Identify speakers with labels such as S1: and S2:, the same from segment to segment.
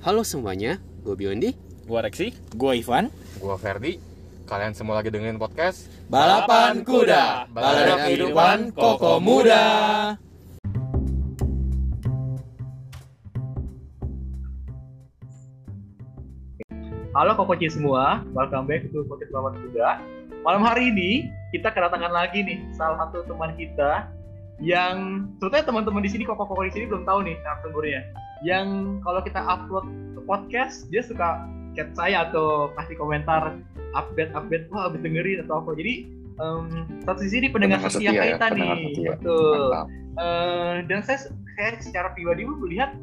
S1: Halo semuanya, gue Biondi.
S2: Gua Rexi.
S3: Gue Ivan.
S4: Gua Ferdi. Kalian semua lagi dengerin podcast
S2: Balapan kuda,
S4: balada kehidupan koko muda.
S5: Halo Kokoci semua, welcome back to Podcast Lawan Kuda. Malam hari ini kita kedatangan lagi nih salah satu teman kita yang sebetulnya teman-teman di sini koko-koko di sini belum tahu nih narasumbernya. Yang kalau kita upload ke podcast dia suka chat saya atau kasih komentar update-update wah habis dengerin atau apa. Jadi em, satu sisi ini pendengar
S4: Pendengar
S5: setia
S4: setia ya,
S5: kita
S4: pendengar
S5: nih.
S4: setia.
S5: Betul. Eh, dan saya, saya secara pribadi pun melihat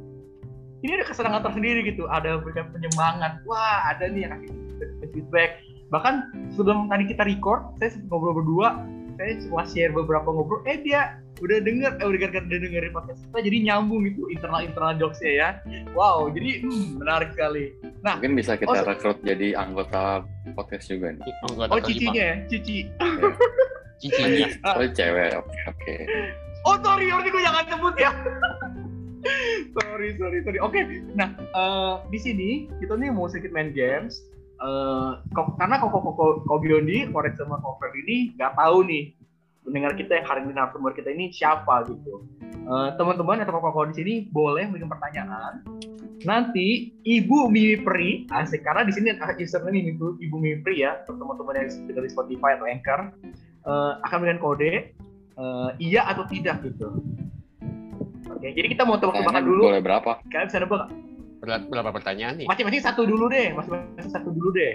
S5: ini ada kesenangan tersendiri gitu ada berikan penyemangat wah ada nih yang kasih feedback- feedback bahkan sebelum tadi kita record saya sempat ngobrol berdua saya cuma share beberapa ngobrol eh dia udah denger eh udah gara-gara dia dengerin podcast kita jadi nyambung gitu internal internal jokesnya ya wow jadi hmm, menarik sekali
S4: Mungkin bisa kita
S5: Oh, se-
S4: rekrut jadi anggota podcast juga nih.
S5: oh cicinya ya cici
S3: Cicinya.
S4: Oh, cewek. Oke, oke.
S5: Oh sorry, sorry gue jangan sebut ya. sorry, sorry, sorry. Oke, nah eh, di sini kita nih mau sedikit main games. Eh, ko- karena koko koko Kobiondi, korek sama cover ini nggak tahu nih pendengar kita yang hari ini narasumber kita ini siapa gitu. Eh, teman-teman atau koko di sini boleh bikin pertanyaan. Nanti Ibu Mimi Pri, asik karena di sini ada username ini Ibu, Ibu Mimi Pri ya, untuk teman-teman yang dari Spotify atau Anchor eh, akan memberikan kode eh, iya atau tidak gitu. Oke, jadi kita mau tebak-tebakan
S4: Pertanyaannya
S5: dulu.
S4: Boleh berapa?
S5: Kalian bisa nebak
S1: Berapa pertanyaan nih?
S5: masing-masing satu dulu deh, masing-masing satu dulu deh.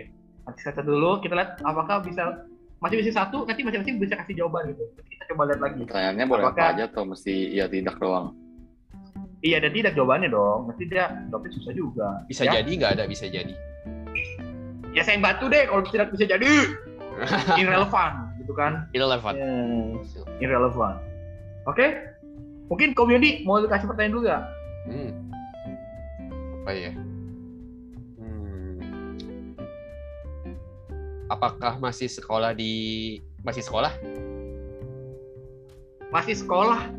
S5: Masing-masing satu dulu, kita lihat apakah bisa masing-masing satu, nanti masing-masing bisa kasih jawaban gitu. Nanti kita coba lihat lagi.
S4: Pertanyaannya boleh apa
S5: Apakah-
S4: aja atau mesti iya tidak doang?
S5: Iya dan tidak jawabannya dong, nanti dia jawabnya susah juga.
S1: Bisa
S5: Ya.
S1: jadi nggak ada bisa jadi.
S5: Ya saya bantu deh kalau tidak bisa jadi irrelevant gitu kan.
S1: Irrelevant.
S5: Hmm, irrelevant. Oke? Mungkin Kom Yondi mau kasih pertanyaan dulu nggak?
S1: Hmm. Apa ya? Hmm. Apakah masih sekolah di masih sekolah?
S5: Masih sekolah.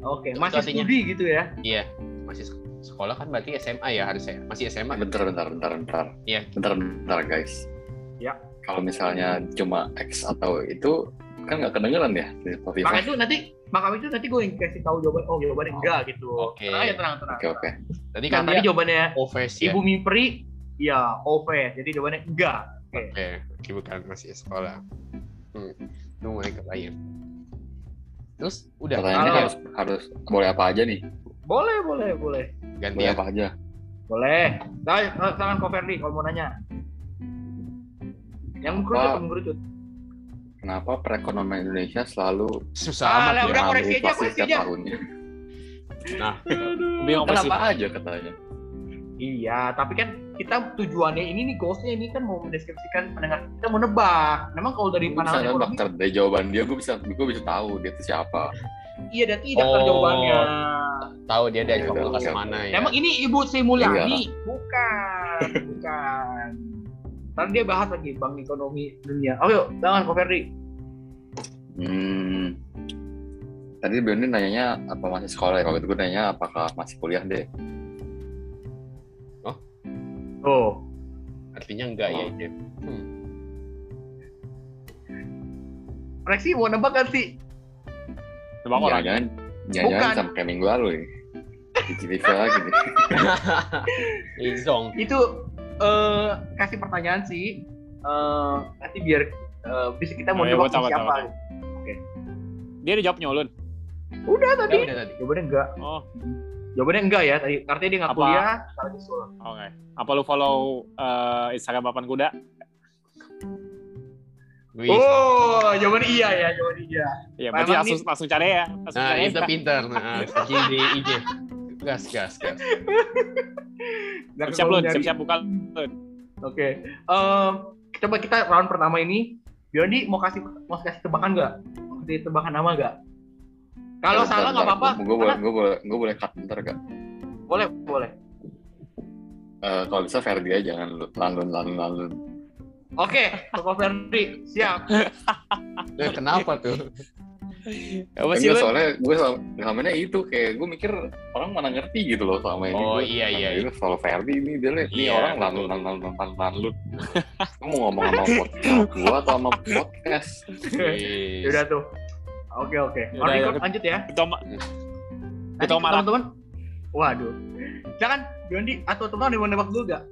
S5: Oke,
S1: Itu
S5: masih
S1: artinya.
S5: studi gitu ya.
S1: Iya, masih sek- sekolah kan berarti SMA ya harusnya. Masih SMA.
S4: Ah, Bentar, bentar, bentar, bentar.
S1: Iya.
S4: Bentar, bentar, guys.
S5: Ya.
S4: Kalau misalnya cuma X atau itu kan nggak kedengeran ya di
S5: Makanya
S4: Spotify.
S5: itu nanti makanya itu nanti gue yang kasih tahu jawaban oh jawabannya enggak gitu.
S1: Oke.
S5: Tenang ya tenang tenang.
S4: Oke, oke. Iya.
S1: Tadi
S5: Nah,
S1: kan
S5: tadi
S1: dia
S5: jawabannya
S1: OVS ya.
S5: Ibu Mipri ya OP, jadi jawabannya enggak.
S1: Oke, oke, bukan masih sekolah. Hmm. Itu mulai ke lain. Terus udah
S4: Pertanyaannya
S5: Kalau-
S4: harus, harus boleh apa aja nih?
S5: Boleh, boleh, boleh.
S1: ganti
S4: Boleh
S5: Iya.
S4: apa aja?
S5: Boleh. Nah, eh, silakan Ko Ferdi kalau mau nanya. Yang mengerucut,
S4: Wah.
S5: yang mengerucut.
S4: Kenapa perekonomian Indonesia selalu
S1: Susah
S5: Ah,
S1: amat
S5: lah,
S1: ya.
S5: udah. koreksi aja,
S4: inflasi
S5: koreksi
S4: setiap
S5: aja.
S4: tahunnya?
S1: Nah,
S3: Bingung apa sih?
S4: Kenapa aja katanya?
S5: Iya, tapi kan kita tujuannya ini nih goalsnya ini kan mau mendeskripsikan pendengar kita mau nebak. Memang kalau dari
S4: Gue bisa
S5: pandangan
S4: nembak
S5: ekonomi
S4: ter- dari jawaban dia, gue bisa gue bisa tahu dia itu siapa.
S5: iya dan tidak
S1: Oh.
S5: kan jawabannya.
S4: Oh.
S1: tahu dia dari
S4: Oke,
S1: fakultas
S4: oke, oke.
S1: mana
S3: Iya.
S1: ya.
S5: Emang ini Ibu Sri Mulyani? Bukan, bukan. Ntar dia bahas lagi bank ekonomi dunia. Oh yuk, jangan Ko Ferdi.
S4: Hmm. Tadi Biondi nanyanya apa masih sekolah ya? Kalau gitu gue nanya apakah masih kuliah deh?
S3: Oh.
S5: Tuh,
S1: artinya enggak ya
S4: Oh.
S1: itu.
S5: Rexi mau nebak kan sih?
S3: Bang orang.
S4: Jangan-jangan jangan
S5: Bukan.
S4: sampai kayak minggu lalu ya? Di TV lagi nih.
S1: Izong.
S5: Itu eh kasih pertanyaan sih. Eh nanti biar eh, bisa kita mau
S3: Oh, iya, gua
S5: nebak
S3: tahu,
S5: siapa.
S3: tahu, Dia dijawab nyolun.
S5: Udah tadi.
S1: Udah, udah tadi.
S5: Jawabannya enggak.
S3: Oh,
S5: Jawabannya enggak ya tadi. Artinya dia nggak
S3: Apa?
S5: kuliah, salah di sekolah.
S3: oke. Apa lu follow eh, Instagram Balapan Kuda?
S1: Wih.
S5: Oh, jawabannya iya ya, jawabannya iya.
S3: Ya, berarti
S5: Emang
S3: langsung, langsung cari ya. Langsung
S1: Nah,
S3: cari
S1: itu
S3: Insta.
S1: pintar. Nah, lagi di IG. Gas, gas, gas.
S5: Nggak
S3: Siap-siap
S5: ketahuan
S3: lun,
S5: nyari.
S3: siap-siap buka.
S5: Oke. Em, coba kita round pertama ini. Biondi mau kasih mau kasih tebakan nggak? Mau kasih tebakan nama nggak? Kalau salah nggak apa-apa.
S4: Gue boleh
S5: Karena-
S4: gue boleh gue boleh cut ntar gak?
S5: Boleh, boleh.
S4: Eh, kalau bisa Ferdi aja jangan lu- lanun lanun lanun.
S5: Oke, Koko Ferdi, siap.
S1: Nah, kenapa Eh, tuh?
S2: Apa sih lu?
S4: Enggak, Kan soalnya gue selama, selamanya itu kayak gue mikir orang mana ngerti gitu loh selama ini.
S1: Oh,
S4: Gua
S1: iya,
S4: selama
S1: iya,
S4: Itu soal Ferdi ini dia lihat nih
S1: Iya,
S4: orang
S1: betul.
S4: lanlut lanlut lanlut lanlut. Kamu ngomong sama podcast gue atau sama podcast?
S1: Wih.
S5: Yaudah tuh. Oke oke.
S3: Yaudah,
S5: Orang
S3: ya.
S5: ikut lanjut ya.
S3: Ketua ma-
S5: Nanti
S3: Ketua Marat.
S5: teman-teman. Waduh. Jangan Biondi atau teman-teman yang mau nebak dulu gak?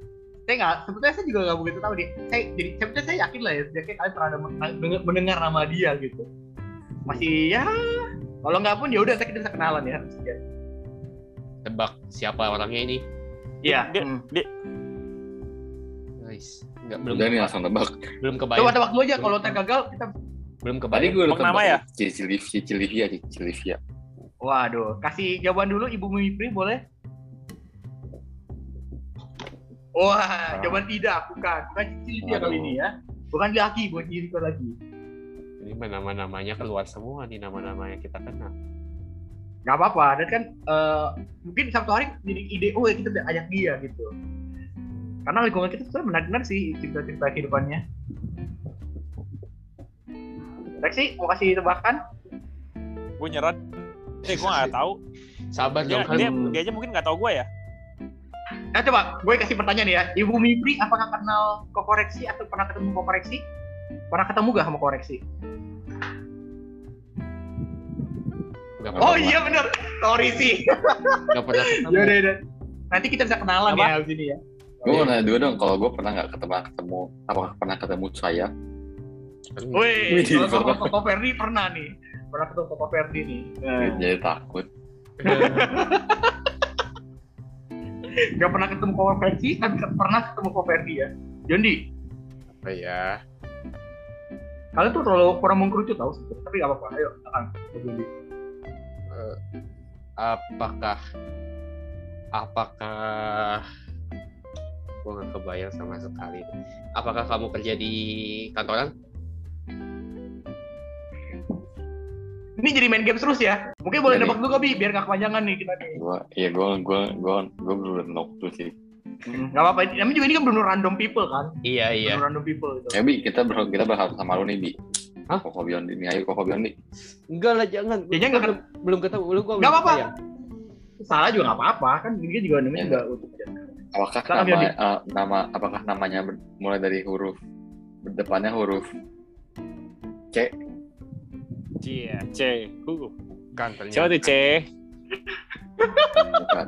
S5: Saya nggak, sebetulnya saya juga nggak begitu tahu deh. Saya jadi sebetulnya saya yakin lah ya, sejak kalian pernah ada mendengar, mendengar nama dia gitu. Masih ya, kalau nggak pun ya udah kita bisa kenalan ya.
S1: Tebak siapa orangnya ini?
S5: Iya.
S3: Dia-
S5: hmm.
S1: Guys, nggak belum
S4: Udah nih langsung nebak.
S1: belum kebayang.
S5: Coba tebak dulu aja kalau ntar gagal kita.
S1: Belum
S4: Tadi
S1: kebayang.
S4: gue udah
S3: Emang nama ya?
S4: Cicilivia, Cicilivia, Cicilivia.
S5: Waduh, kasih jawaban dulu Ibu Mimipri boleh? Wah, jawaban tidak, bukan. Bukan cicil dia kali
S4: Waduh.
S5: ini ya. Bukan laki, bukan cicil lagi.
S1: Ini mah nama-namanya keluar semua nih nama-nama yang kita kenal.
S5: Gak apa-apa, dan kan eh, mungkin Sabtu hari jadi ide, oh ya kita bisa ajak dia gitu. Karena lingkungan kita sebenarnya menarik-menarik sih cerita-cerita kehidupannya. Reksi, mau kasih tebakan?
S3: gue nyerah. Eh, gue nggak tahu.
S1: Sabar dong
S3: Dia,
S1: kan.
S3: dia, dia aja mungkin nggak tahu gue ya.
S5: Nah coba, gue kasih pertanyaan ya. Ibu Mimpi, apakah kenal kokoreksi atau pernah ketemu kokoreksi? Pernah ketemu gak sama koreksi?
S1: Nggak
S4: Oh,
S5: Oh
S1: pernah-
S5: iya benar. Sorry sih.
S1: nggak pernah ketemu.
S5: Yaudah, yaudah. Nanti kita bisa kenalan
S3: Apa?
S5: ya abis ini ya.
S4: Gue mau nanya dua dong, kalau gue pernah nggak ketemu, ketemu, apakah pernah ketemu saya?
S5: Wih,
S4: Wih,
S5: kalau sama
S4: pernah.
S5: Koko Ferdi pernah nih. Pernah ketemu Koko Ferdi nih.
S4: Jadi takut.
S5: Gak pernah ketemu Koko Ferdi, tapi ke- pernah ketemu Koko Ferdi ya. Jondi,
S1: Apa ya?
S5: kalian tuh terlalu kurang mengkerucut tau. sebenarnya. Tapi gak apa-apa, ayo. Silakan. Koko Jondi.
S1: Eh, apakah apakah gue nggak kebayang sama sekali apakah kamu kerja di kantoran
S5: Ini jadi main games terus ya. Mungkin boleh
S4: Jadi-
S5: nebak dulu Bi, biar gak kepanjangan nih kita nih.
S4: Gue, iya gue, gue, gue, gue belum noktu sih.
S5: Gak apa-apa, ini- namanya juga ini kan bener random people kan.
S1: iya
S5: Bener
S1: iya
S5: random people gitu.
S4: Ya Bi, kita ber, kita berharap sama lu nih Bi.
S1: Hah?
S4: Koko Biondi nih, ayo Koko Biondi.
S1: enggak lah jangan
S5: Ya, jangan.
S1: belum, belum ketemu ya? lu gue
S5: Nggak apa-apa. Salah juga gak apa-apa, kan ini juga namanya
S4: Ya.
S5: juga untuk aja.
S4: Apakah
S5: Silakan,
S4: nama,
S5: Biondi.
S4: eh, nama, apakah namanya ber- mulai dari huruf depannya huruf C?
S3: Cie, C. Kuku.
S1: kan
S3: Coba
S1: ternyata
S3: tuh C.
S4: Bukan.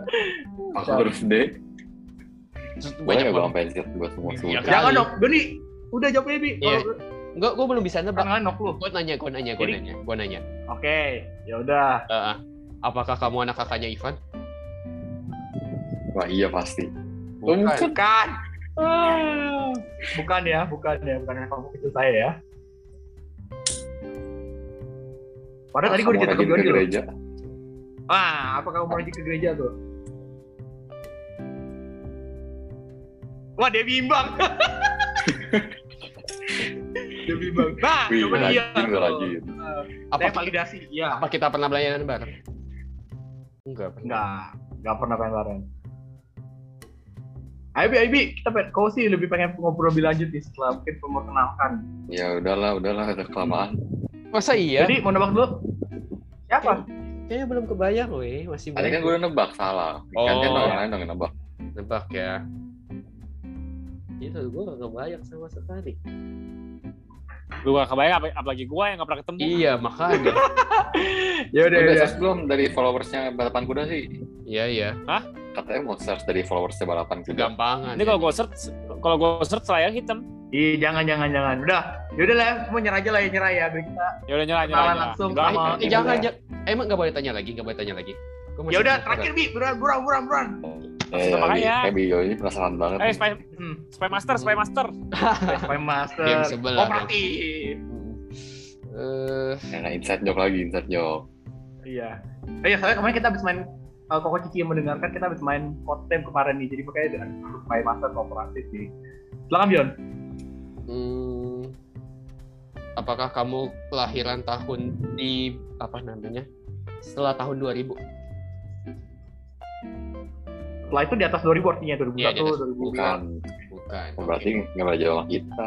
S4: Apakah huruf D? Boleh
S1: banyak
S4: nggak gue
S1: banget
S4: sampai Z gue semua semua.
S1: Iya,
S5: Jangan
S1: Kali.
S5: dok, Jondi. Udah jawabnya Bi.
S1: Iya.
S5: Kalau-
S1: enggak gue belum bisa nebak
S5: Tangan nok lu.
S1: gue nanya gue nanya gue
S5: Jadi-
S1: nanya gue nanya
S5: Oke, ya udah.
S1: Eh, eh, apakah kamu anak kakaknya Ivan
S4: Wah iya pasti.
S5: Bukan. Ah. Bukan ya, bukan ya, bukan anak kamu itu saya ya. Padahal tadi gue
S4: Kamu
S5: dicetak ke
S4: rajin
S5: Johnny
S4: ke
S5: loh.
S4: gereja.
S5: Ah, apa kamu mau rajin ke gereja tuh? Wah, dia bimbang. dia bimbang. Nah,
S4: Wih,
S5: coba dia.
S4: rajin gue rajin.
S5: Apa
S1: apa,
S5: validasi? Iya.
S1: apa kita pernah belayanan bareng enggak pernah
S5: Enggak, enggak pernah pengen bareng. Ayo Bi, ayo Bi, kita pengen, kau sih lebih pengen ngobrol lebih lanjut nih setelah mungkin memperkenalkan.
S4: Ya udahlah, udahlah, udah kelamaan.
S1: masa iya
S5: Jadi mau nebak dulu siapa?
S1: kayaknya belum kebayang weh masih
S4: Tadi kan gue udah nebak salah. Kan kan
S1: Oh.
S4: orang lain dong yang nebak.
S1: nebak ya itu gue gak kebayang sama sekali
S3: Gue gak kebayang, ap- apalagi gue yang gak pernah ketemu.
S1: iya makanya
S5: Ya udah,
S4: Udah
S5: ya.
S4: search belum dari followersnya balapan kuda sih?
S1: iya iya
S4: Katanya mau search dari followersnya balapan kuda.
S1: kegampangan ya.
S3: Ini kalau gue search, kalau gue search layar hitam.
S5: Ih, jangan jangan jangan. Udah, ya udah lah, semua nyerah aja lah ya nyerah ya. Biar kita-
S3: Ya udah nyala, nyala,
S5: Kenalan
S3: nyala.
S5: langsung
S3: Udah,
S5: sama-
S1: Eh, jangan jangan emang gak boleh tanya lagi gak boleh tanya lagi Gua masih
S5: Ya udah,
S1: penasaran.
S5: terakhir Bi, buruan buruan buruan buruan.
S4: Eh,
S3: Makanya.
S4: Bi, eh, Bi, yo, ini penasaran banget.
S3: Eh, spy,
S5: Hmm,
S3: spy master, spy master.
S5: Spy Master. Oh,
S1: Game sebelah,
S5: Kooperatif.
S1: Hmm. Eh,
S4: Ya, nah, inside joke lagi, inside joke.
S5: Iya. Oh iya, soalnya kemarin kita habis main uh, Koko Cici yang mendengarkan kita habis main kotem kemarin nih. Jadi makanya dengan Spy Master kooperatif nih. Silakan Bion.
S1: hmm, apakah kamu kelahiran tahun di apa namanya setelah tahun 2000
S5: Setelah itu di atas ya, 2000 artinya 2001,
S1: Iya, di atas.
S5: 2002.
S4: Bukan,
S1: bukan
S4: Oh, berarti nggak boleh jawab sama kita.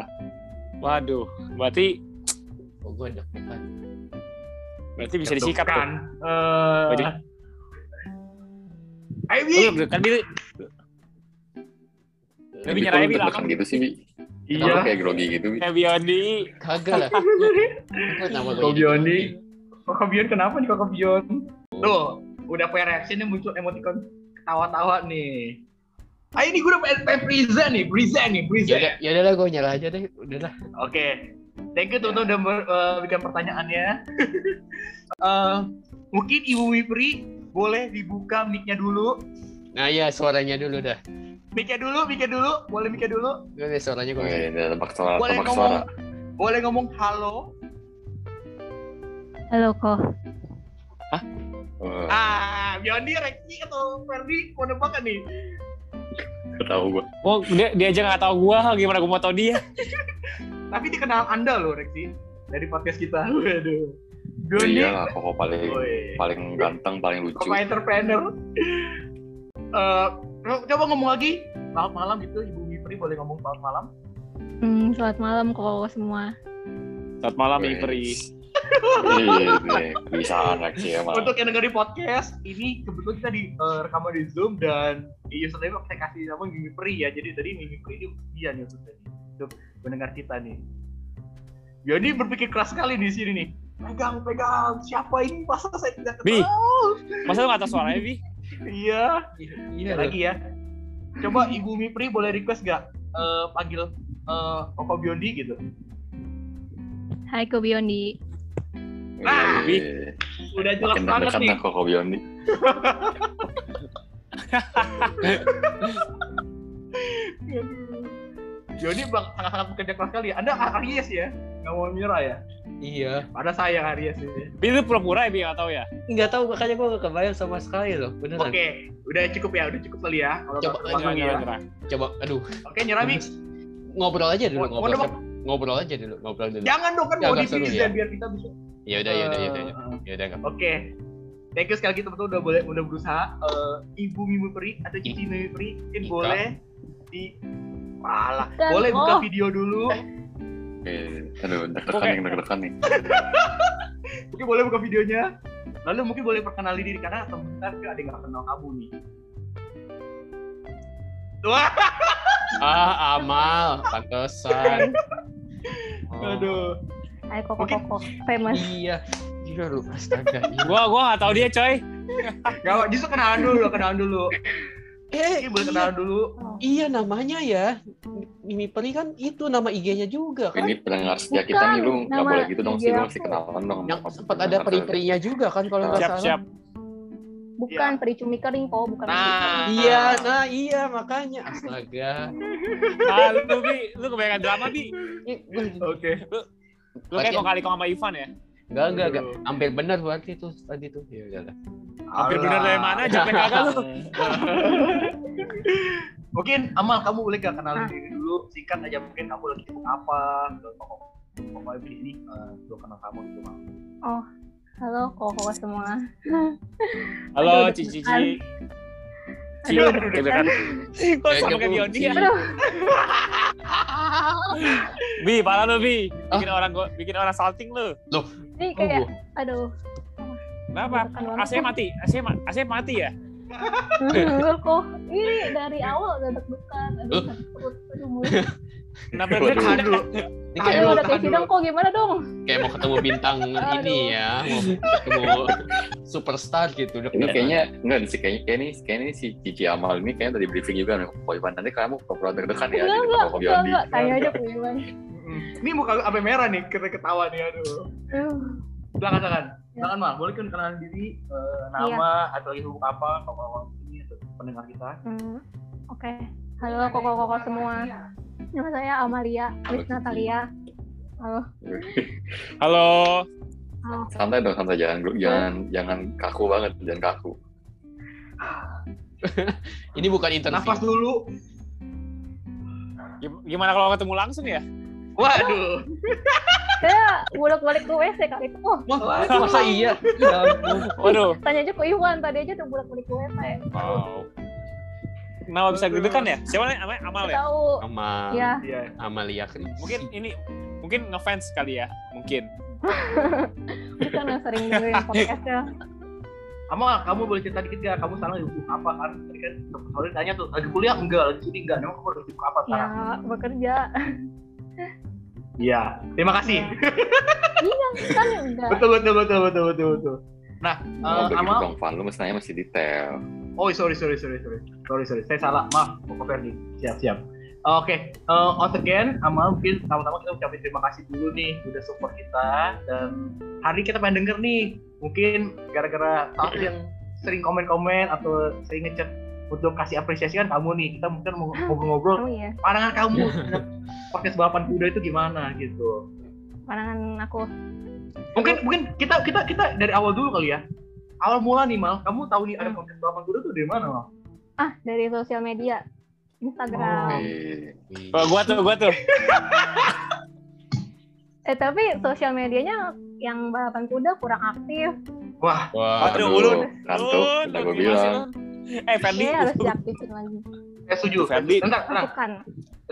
S3: Waduh, berarti
S1: oh, gue deg-degan
S3: Berarti bisa disikat tuh. Oh,
S5: kan Eh,
S3: Jadi-
S5: ayo Bi.
S3: Lu kan dia
S4: Bi,
S3: lebih
S4: kok lu
S3: nyerah bilang
S4: deg-degan gitu sih Bi
S5: iya
S4: kenapa kayak grogi gitu Bi
S3: Happy Ondi.
S1: Kagak lah. Kenapa nama gitu. lo
S5: Kau
S1: jadi
S5: Biondi.
S1: Bion?
S5: Kakak Bion kenapa nih Kakak Bion? Tuh, udah punya reaksi nih muncul emoticon ketawa-tawa nih. Ah ini gue udah pengen pengen Frieza nih, Frieza nih, Frieza.
S1: Yaudah, yaudah lah gue nyerah aja deh. Udah lah.
S5: Oke, thank you Toto udah ber- eh, bikin pertanyaannya. Eh, mungkin Ibu Wipri boleh dibuka mic-nya dulu.
S1: Nah iya suaranya dulu dah.
S5: Mic-nya dulu, mic-nya dulu, boleh mic-nya dulu.
S1: Gue deh suaranya gue.
S4: Oke, udah tebak suara,
S5: Boleh
S4: tebak
S5: ngomong,
S4: Oh, suara.
S5: boleh ngomong halo.
S6: Halo kok.
S4: Oh,
S5: Ah, Biondi, Reki atau Ferdi, mau nebak nggak nih?
S4: tahu gua.
S3: Oh, dia, dia aja nggak tahu gua gimana gua mau tahu dia.
S5: Tapi dikenal Anda loh, Rexi. Dari podcast kita. Waduh. Doni.
S4: Iya lah, koko paling
S5: Woi.
S4: paling ganteng, paling lucu.
S5: Koko entrepreneur. Eh, co- coba ngomong lagi. Selamat malam gitu, Ibu Wipri boleh ngomong selamat malam.
S6: Hmm, selamat malam kok semua.
S3: Saat malam
S4: Wes.
S3: Iperi.
S4: Iya, nih, kebiasaan Reksi emang.
S5: Untuk yang dengerin podcast, ini kebetulan kita di eh, rekaman di Zoom dan di username kita kasih nama Mimi Pri ya. Jadi tadi Mimi Pri ini dia nih username untuk mendengar kita nih. Jadi berpikir keras sekali di sini nih. Pegang, pegang. Siapa ini? Masa saya tidak
S3: Bi.
S5: kenal?
S3: Masa lu nggak tahu suaranya, Bi?
S5: Iya.
S1: Iya
S5: Ada lagi ya. Coba Ibu Mipri boleh request gak eh, panggil eh, Koko Biondi gitu.
S6: Hai Ko Biondi.
S5: Ah,
S4: Bi.
S5: Udah jelas
S4: Iya. Makin
S5: banget
S4: dekat
S5: nih.
S4: nih koko Biondi.
S5: Biondi bang sangat-sangat bekerja keras sekali. Anda Aries ya? Gak mau menyerah ya?
S1: Iya.
S5: Pada saya Aries ya.
S3: Bi lu pura-pura ya, Bi nggak tahu ya.
S1: Nggak tahu makanya gue gak kebayang sama sekali loh.
S5: Oke,
S1: Beneran.
S5: udah cukup ya, udah cukup kali ya. Kalau
S1: Coba, Tenang,
S5: nggak
S3: Jangan jangan
S5: termasuk ya.
S3: jangan.
S1: Coba aduh.
S5: Oke, nyerah Mi.
S1: Ngobrol aja dulu.
S5: Mau- mau
S1: Ngobrol.
S5: nebak?
S1: Ngobrol aja dulu. Ngobrol dulu.
S5: Jangan dong kan mau
S1: Jangan, seru
S5: di
S1: ya.
S5: biar kita bisa.
S1: Ya udah ya udah ya udah.
S5: Eh, eh.
S1: Ya udah nggak apa-apa.
S5: Oke. Thank you sekali lagi teman-teman udah boleh udah berusaha Eh, Ibu Mimi Peri atau
S1: Iya.
S5: Cici Mimi Peri mungkin
S1: Ika.
S5: boleh di malah
S6: Kan,
S5: boleh buka
S6: oh.
S5: video dulu
S4: Oke, aduh, deg-degan
S3: Oke.
S4: yang deg-degan nih.
S5: mungkin boleh buka videonya lalu mungkin boleh perkenali diri karena teman kita ada yang gak kenal kamu nih Wah,
S1: Ah Amal, pantesan. Oh.
S5: aduh.
S6: Hai Koko
S5: Mungkin-
S6: Koko. Famous.
S1: Iya. Gila lu astaga. Iya.
S3: Gua gua nggak tahu dia, coy.
S5: Gak apa, justru kenalan dulu, kenalan dulu.
S1: Eh,
S5: Ini boleh kenalan dulu.
S1: Iya namanya ya. Mimi Peri kan itu nama IG-nya juga kan.
S4: Ini pendengar setia kita nih, lu nggak
S6: nama
S4: boleh gitu dong sih,
S6: IG
S4: lu
S6: aku.
S4: masih kenalan dong.
S1: Yang sempat ada peri-perinya juga kan kalau nggak
S3: Siap,
S1: salah.
S3: siap.
S6: Bukan pericumi kering kok, bukan
S5: Nah.
S1: Iya, nah iya makanya. Astaga.
S3: Ah, lu Bi, lu kebanyakan drama, Bi.
S1: Ih, gua-
S5: Oke.
S3: Lu
S1: Oke.
S3: kayak kok kali kok sama Ivan ya.
S1: Enggak, enggak, enggak.
S5: Aduh.
S1: Hampir benar berarti tuh tadi tuh. Ya udahlah.
S3: Hampir bener
S5: Alah.
S3: dari mana, jelek kagak lu.
S5: mungkin Amal kamu boleh gak kenalin diri dulu singkat aja mungkin kamu lagi sibuk apa pokoknya di sini eh, gue kenal kamu gitu Mal
S6: Halo Koko
S5: Iya.
S6: semua.
S3: Halo,
S6: Aduh,
S3: Cici.
S6: deg-degan.
S5: Iya.
S3: Cici.
S6: Aduh,
S3: deg-degan. Kok sama kayak Biondi ya?
S6: Aduh.
S3: Bi, parah lu, Bi.
S1: Ah.
S3: Bikin orang gua bikin orang salting lu.
S5: Iya.
S6: Ini kayak aduh.
S3: Kenapa?
S6: Deg-degan banget.
S3: AC mati, AC ma- AC mati ya?
S6: Bener kok. Ini dari awal udah deg-degan. Aduh,
S1: Eh.
S6: sakit perut. Aduh, mulut.
S3: Kenapa
S4: Waduh.
S3: dia
S5: tahan dulu
S1: Ini kayak mau,
S6: Aduh,
S5: Aduh,
S6: udah
S5: tahan
S6: kayak
S5: dulu.
S6: sidang kok gimana dong?
S1: kayak mau ketemu bintang ini ya, mau ketemu superstar gitu. Udah
S4: Ini kayaknya enggak sih kayaknya kayak ini kayaknya ini si Cici Amal ini kayaknya tadi briefing juga nih Koko Ivan nanti kamu pura-pura deg-degan ya
S6: Enggak,
S4: di depan
S6: enggak,
S4: Koko
S6: enggak,
S4: Biondi.
S6: enggak. Tanya aja ke Iwan.
S5: ini muka sampai merah nih kita ketawa nih aduh
S6: Aduh.
S5: silakan silakan silakan Mal boleh kan kenalan diri eh, nama atau lagi sibuk apa kalau orang ini atau pendengar kita
S6: Hmm, Oke. Halo koko-koko semua. Nama saya Amalia,
S4: Halo,
S6: Miss
S4: Cici.
S6: Natalia.
S3: Halo.
S6: Halo.
S4: Santai dong, santai jangan jangan jangan kaku banget, jangan kaku.
S1: Ini bukan interview.
S5: nafas dulu
S3: Gim- Gimana kalau ketemu langsung ya?
S5: waduh
S6: Saya bolak-balik ke WC kali itu. Oh,
S1: Wah, masa iya? Ya ampun.
S3: Waduh.
S6: tanya aja ke Iwan, tadi aja udah bolak-balik ke ya. WC.
S3: Wow. Kenapa bisa deg-degan ya? Siapa namanya? Amal ya?
S6: Tahu.
S1: Sama
S6: Ya,
S5: iya
S1: Amalia Chris.
S3: Mungkin ini mungkin ngefans kali ya, mungkin.
S6: Bukan kan yang sering dengerin podcastnya.
S5: Amal, kamu boleh cerita dikit gak? Kamu sekarang sibuk apa kan? Tadi kan soalnya tanya tuh, lagi kuliah enggak, lagi sini enggak. Emang kamu lagi sibuk apa
S6: Ya,
S5: sekarang?
S6: bekerja.
S5: Iya. Terima kasih.
S6: Iya, kan ya udah.
S5: betul, betul, betul, betul, betul, betul. Nah,
S4: Oh,
S5: eh,
S4: begitu
S5: Amal,
S4: dong, Van. Lu mesti nanya masih detail.
S5: Oh, sorry, sorry, sorry, sorry, sorry, sorry. Saya salah. Maaf, Koko Ferdi. Siap, siap. Oke, eh, once again, Amal mungkin pertama-tama kita ucapin terima kasih dulu nih udah support kita dan hari kita pengen denger nih mungkin gara-gara tahu yang sering komen-komen atau sering ngechat untuk kasih apresiasi kan kamu nih kita mungkin mau ngobrol-ngobrol
S6: Kamu ya,
S5: pandangan kamu terhadap podcast balapan kuda itu gimana gitu
S6: pandangan aku.
S5: mungkin mungkin kita kita kita dari awal dulu kali ya awal mula nih mal kamu tahu nih ada podcast balapan kuda tuh dari mana mal
S6: Ah, dari sosial media. Instagram.
S4: Eh,
S3: Oh, gua tuh, gua tuh.
S6: Eh, tapi sosial medianya yang balapan kuda kurang aktif.
S5: wah
S1: Wah,
S3: Aduh,
S4: Aduh,
S3: ulun.
S4: ngantuk.
S3: Ulun,
S4: Udah Kan
S3: Oh, gimana
S4: gua
S3: sih,
S4: bilang.
S3: Ulun? Eh, Ferdi.
S5: gitu.
S6: Kayaknya Iya, harus diaktifin lagi. Oh,
S5: Saya setuju.
S3: Ferdi.
S5: Bentar, bentar.
S6: Bukan.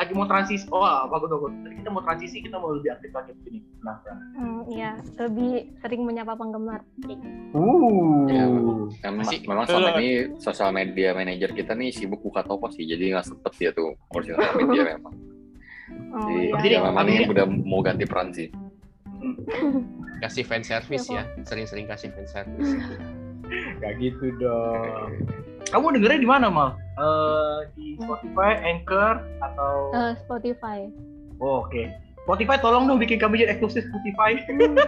S5: Lagi mau transisi. Oh, bagus, bagus. Kita mau transisi, kita mau lebih aktif lagi begini. Nah, nah.
S6: Hmm, iya, lebih sering menyapa penggemar.
S5: Uh.
S4: Ya, Emang,
S1: Masih-
S4: memang
S3: Betul.
S4: selama ini sosial media manager kita nih sibuk buka toko sih, jadi nggak setep dia tuh ngurusin sosial media memang.
S6: Oh,
S4: Jadi,
S6: iya.
S5: Jadi,
S4: ya, memang
S5: jadi-
S4: ini udah mau ganti peran sih.
S5: Hmm.
S1: kasih fan service
S5: Iya,
S1: ya. Sering-sering kasih fan service.
S5: Gak gitu dong. Kamu dengernya di mana, Mal? Eh, di Spotify, Anchor, atau...
S6: Eh, Spotify.
S5: Oh, Oke. Spotify tolong dong bikin kami jadi eksklusif Spotify.
S6: Hmm,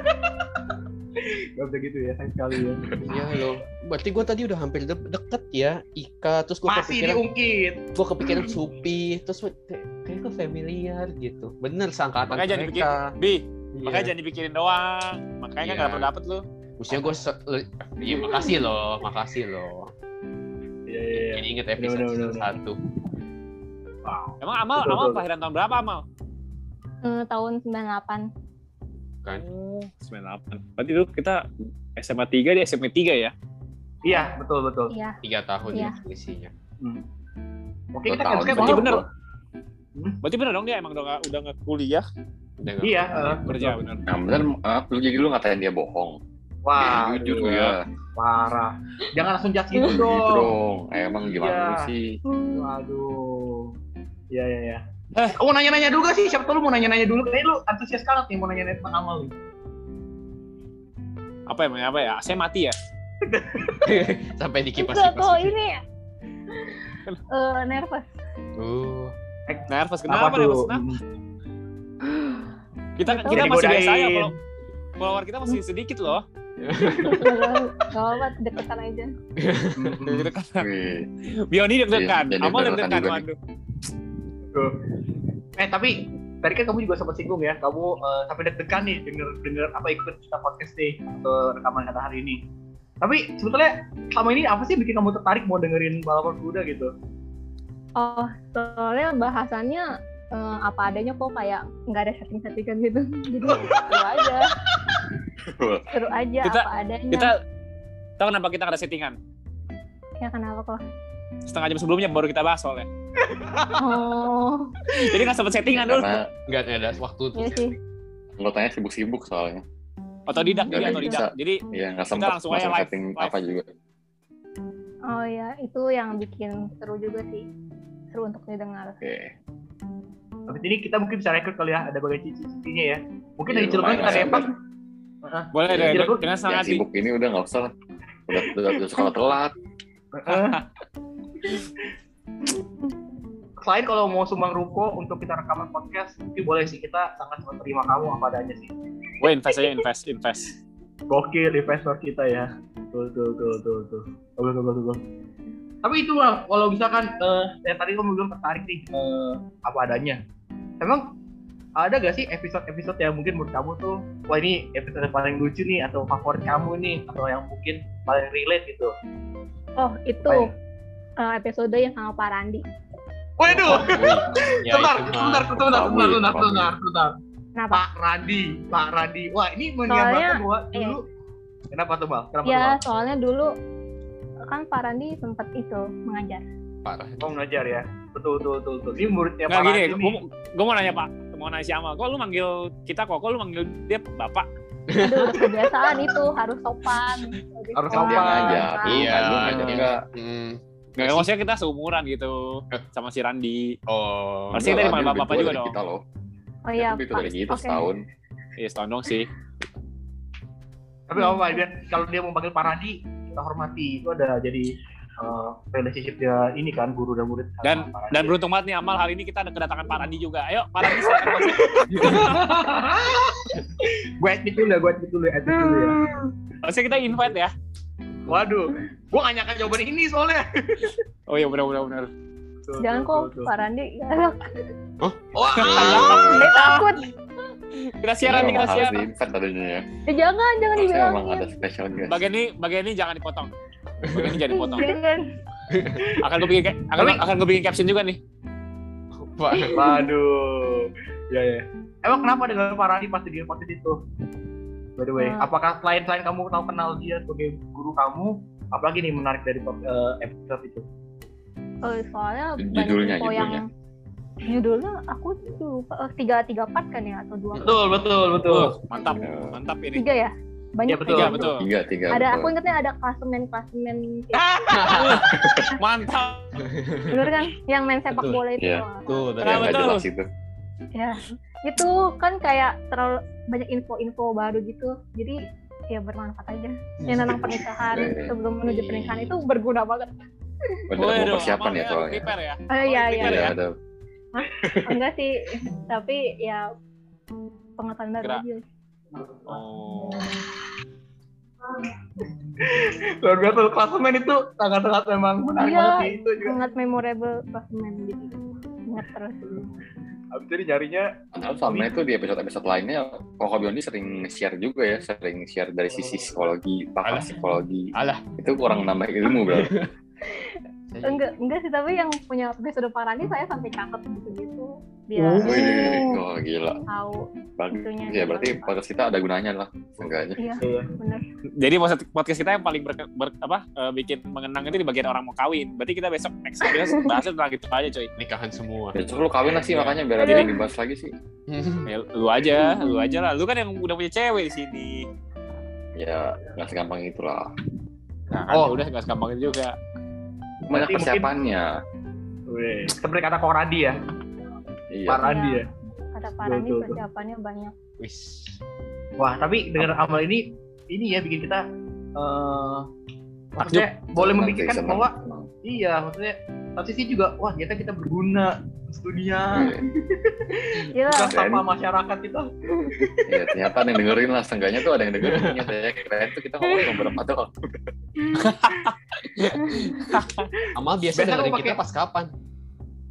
S5: Gak bisa gitu ya, sayang sekali ya.
S1: Iya loh. Berarti gue tadi udah hampir de- deket ya Ika. Terus gue
S5: Masih
S1: kepikiran
S5: diungkit.
S1: gue kepikiran Supi. Terus gua kayak kayak gue familiar gitu. Bener sangkatan
S3: Makanya jangan
S1: mereka.
S3: Bi,
S1: Iya.
S3: makanya jangan dipikirin doang. Makanya
S1: Iya.
S3: kan nggak dapet dapet lu.
S1: Maksudnya gue Iya makasih loh, makasih loh.
S5: Iya, iya,
S1: Jadi
S5: iya.
S1: inget episode
S5: Bener, bener, bener.
S1: satu.
S5: Wow.
S3: Emang Amal,
S5: Betul,
S3: Amal
S5: betul.
S3: kelahiran tahun berapa Amal?
S6: Eh, tahun 98.
S3: Oh, 98. Berarti itu kita SMA 3 di SMA 3 ya?
S5: Iya, betul, betul.
S6: Iya.
S1: Tiga tahun
S6: Iya.
S1: ya isinya.
S5: Hmm. Oke,
S4: Dua
S5: kita
S4: tahun.
S5: kan
S3: Berarti
S5: sekarang
S3: bener. Berarti bener dong dia emang udah nggak udah nggak kuliah
S1: Udah nggak-
S5: Iya, eh,
S3: kerja bener.
S4: Nah, bener, eh, lu jadi lu ngatain dia bohong.
S3: Ah,
S5: Wah,
S4: Eh,
S5: aduh.
S4: jujur lu ya.
S5: Parah. Jangan langsung judge itu
S4: Gitu
S5: dong.
S4: dong. Eh, emang gimana
S5: Iya.
S4: sih?
S6: Hmm,
S5: Waduh. Iya, iya, iya.
S3: Eh.
S5: Kamu nanya-nanya dulu gak sih? Siapa tau lu mau nanya-nanya dulu. Kayaknya lu antusias banget nih mau nanya-nanya tentang amal nih.
S3: Apa emang apa ya? Saya mati ya?
S1: Sampai
S3: Iya,
S1: dikipas
S6: Enggak
S1: kipas.
S6: kok ini. ya? Eh, nervous.
S1: Uh,
S3: Nervous kenapa? Nervous
S5: tuh?
S3: kenapa? Kita
S6: Nggak tahu.
S3: kita
S5: Jadi
S3: masih biasa ya.
S5: godain.
S3: follow- Follower kita masih sedikit loh.
S6: Gak apa-apa, deketan aja.
S5: Hmm.
S3: Nah,
S4: Wih.
S3: Gitu kan. Bioni deg-degan,
S4: Iya, jadi
S3: Amal
S4: deg-degan
S3: deg-degan waduh.
S4: juga nih.
S5: Tuh. eh, tapi tadi kan kamu juga sempat singgung ya. Kamu eh, sampai deg-degan nih denger denger apa ikut kita podcast nih atau rekaman kata hari ini. Tapi sebetulnya selama ini apa sih yang bikin kamu tertarik mau dengerin balapan kuda gitu?
S6: Oh, soalnya bahasannya eh, apa adanya kok kayak nggak ada setting-settingan gitu. Jadi seru aja. Seru aja
S3: Kita-
S6: apa adanya.
S3: Kita tahu kenapa kita nggak ada settingan?
S6: Ya kenapa kok?
S3: Setengah jam sebelumnya baru kita bahas soalnya.
S6: Oh,
S3: Jadi nggak sempet settingan dulu.
S4: Karena
S1: nggak ada waktu
S6: iya
S1: untuk
S6: sih.
S4: anggotanya sibuk-sibuk soalnya.
S3: Otodidak
S4: Nggak
S3: dia
S4: ada yang
S3: otodidak. Jadi
S4: Iya, nggak
S3: Kita
S4: sempat
S3: langsung aja
S4: masuk
S3: live,
S4: setting
S3: live.
S4: apa juga.
S6: Oh ya, itu yang bikin seru juga sih. Seru untuk didengar.
S4: Oke.
S5: Habis ini kita mungkin bisa rekrut kali ya ada bagai cici-cicinya ya. Mungkin
S4: Iya,
S5: dari celukan
S4: lumayan
S5: kita
S4: lah ya,
S5: depak. Heeh.
S3: boleh
S4: Iya,
S3: deh.
S5: jadi aku-
S3: Kita
S4: Yang
S3: sangat di.
S4: sibuk ini udah nggak usah lah. Udah, udah, udah suka telat.
S5: selain kalau mau sumbang ruko untuk kita rekaman podcast, mungkin boleh sih kita sangat menerima kamu apa adanya sih.
S3: Wah invest aja invest invest.
S5: Gokil investor kita ya. Tuh tuh tuh tuh tuh. Bagus bagus bagus. Tapi itu Mal, kalau misalkan eh yang tadi kamu bilang tertarik nih eh, apa adanya. Emang ada gak sih episode-episode yang mungkin menurut kamu tuh wah ini episode yang paling lucu nih atau favorit kamu nih atau yang mungkin paling relate gitu.
S6: Oh, itu
S5: Baik.
S3: ya?
S6: eh, episode yang sama Pak Randi.
S1: Oh,
S5: Waduh,
S1: Ya,
S5: sebentar,
S1: itu mah.
S5: sebentar, sebentar, sebentar, sebentar,
S4: Probably,
S5: sebentar, sebentar.
S6: Kenapa?
S5: Pak Radi, Pak Radi. Wah, ini menggambarkan
S6: Soalnya- eh.
S5: bahwa dulu kenapa tuh, Bang? Kenapa tuh,
S6: Ya,
S5: Bang?
S6: soalnya dulu kan Pak Randi sempat itu mengajar.
S1: Parah.
S5: Mau ngajar ya. Betul, betul, betul, betul. Ini muridnya
S3: Nggak
S5: Pak
S3: gini,
S5: Radi.
S3: gue mau nanya pak, mau nanya si Amal, kok lu manggil kita kok, kok lu manggil dia bapak?
S6: Aduh, udah kebiasaan itu harus sopan. Di
S5: Harus
S6: sekolah,
S5: sopan.
S4: Ngajak.
S6: kan.
S1: Iya,
S4: Lu ngajak
S1: iya.
S4: enggak?
S1: Hmm.
S3: Nggak,
S4: Iya
S3: nggak, maksudnya kita seumuran gitu
S4: Eh.
S3: sama si Randi.
S1: Oh.
S3: Pasti dari
S4: Enggak lah, dia
S3: bapak-bapak
S4: lebih tua
S3: juga
S4: dari
S3: dong.
S4: Kita loh.
S6: Oh iya,
S4: Tapi itu
S6: Pak.
S4: dari kita
S6: Oke.
S4: setahun.
S3: Iya, setahun dong sih.
S5: Tapi nggak apa-apa, dia- kalau dia mau panggil Pak Randi, kita hormati. Itu ada jadi uh, relationship dia ini kan, guru dan murid.
S3: Dan
S5: Pak Randi.
S3: dan beruntung banget nih Amal hari ini kita ada kedatangan Pak Randi juga. Ayo Pak Randi silakan masuk.
S5: gue admit dulu ya, gue admit dulu ya, admit dulu ya.
S3: Maksudnya kita invite ya.
S5: Waduh, gue gak nyangka jawaban ini soalnya.
S3: Oh iya benar benar benar.
S5: Tuh,
S6: Jangan
S5: tuh,
S6: kok,
S5: tuh, tuh.
S6: Pak Randi. galak.
S5: Wah,
S4: Iya.
S6: Dia takut.
S3: Kita Ah, siaran
S4: Ini
S3: nih, kita
S4: emang harus
S3: siaran.
S4: di-invite tadinya ya.
S6: Eh, jangan, jangan gitu.
S4: Harusnya emang
S6: dibilangin.
S4: ada special guest.
S3: Bagian ini bagian ini jangan dipotong. Bagian ini jangan dipotong.
S6: Jangan.
S3: Akan gue bikin akan akan gue bikin caption juga nih.
S1: Pak.
S5: waduh. Ya ya. Emang kenapa dengan Pak Randi pasti dia pasti itu? By the way,
S6: Hmm.
S5: apakah selain-selain kamu tahu kenal dia sebagai guru kamu, apalagi nih menarik dari eh, episode itu?
S6: Oh, soalnya banyak
S4: Judulnya,
S6: info
S4: judulnya.
S6: yang judulnya aku tuh lupa Eh, tiga tiga part kan ya atau dua
S5: Betul, betul, betul.
S3: Oh, mantap. Mantap ini.
S6: tiga ya banyak
S5: Iya, betul.
S3: Tiga
S6: banget.
S3: betul.
S4: Tiga, tiga. Iya,
S6: ada
S4: betul.
S6: aku ingetnya ada klasemen klasemen
S3: Mantap.
S6: bener kan yang main sepak
S2: Betul.
S6: bola itu
S4: Iya.
S6: loh.
S2: Tuh, dari
S4: yang
S3: Kenapa
S4: nggak
S3: tuh?
S4: jelas itu.
S6: ya itu kan kayak terlalu banyak info-info baru gitu jadi ya bermanfaat aja yang tentang pernikahan
S4: Iya.
S6: sebelum menuju pernikahan itu
S3: Iya.
S6: berguna banget
S4: Udah ada persiapan ya soalnya.
S3: Prepare ya.
S6: oh iya iya
S4: Iya,
S3: ya.
S4: ada.
S6: enggak sih tapi ya pengetahuan baru
S3: Gerak.
S6: aja
S3: Oh.
S5: Luar biasa loh, klasemen itu sangat-sangat memang menarik
S6: Iya.
S5: banget sih. Itu juga.
S6: sangat memorable klasemen gitu ingat terus
S5: Abis itu nyarinya
S4: Padahal selama itu di episode-episode lainnya, Koko Biondi sering share juga ya, sering share dari sisi psikologi,
S1: Alah.
S4: pakar psikologi.
S1: Alah.
S4: Itu kurang nambah ilmu, bro.
S6: enggak enggak sih tapi yang punya episode parani saya sampai catat gitu gitu dia
S5: Oh.
S4: Wih, oh, gila.
S6: tahu
S4: Bagus.
S6: itunya
S4: Ya, berarti podcast kita ada gunanya lah, seenggaknya.
S6: iya
S5: Iya.
S6: bener
S3: Jadi maksud- podcast kita yang paling berke- ber- apa eh, bikin mengenang itu di bagian orang mau kawin. Berarti kita besok next episode bahas tentang itu aja coy.
S1: Nikahan semua.
S4: Besok Ya, lu kawin lah sih,
S1: Iya.
S4: makanya biar ada yang dibahas lagi sih.
S3: Ya, lu aja, lu aja lah. Lu kan yang udah punya cewek di sini.
S4: Ya, nggak segampang itulah.
S3: Nah,
S5: Oh.
S3: oh, udah nggak segampang itu juga.
S4: Banyak
S5: Berarti mungkin-
S4: persiapannya.
S5: Weh, seperti kata Kok Randi ya, Pak
S4: Iya.
S5: Randi ya.
S6: kata parani
S5: Betul, betul.
S6: persiapannya banyak
S1: Wis.
S5: Wah, tapi dengan amal ini, ini ya bikin kita eh maksudnya boleh
S4: Senang
S5: memikirkan
S4: sih, senang.
S5: bahwa iya, maksudnya satu sisi juga, wah ternyata kita berguna untuk dunia,
S4: Iya.
S6: iya
S5: kita
S4: Dan-
S5: sama masyarakat kita.
S4: Iya, ternyata ada yang dengerin lah. Seenggaknya tuh ada yang dengerin. Ternyata ya, keren tuh kita ngomong beberapa doang.
S1: Amal biasa
S5: Biasanya
S1: dengerin
S5: kamu
S1: kita
S5: pakai-
S1: pas kapan?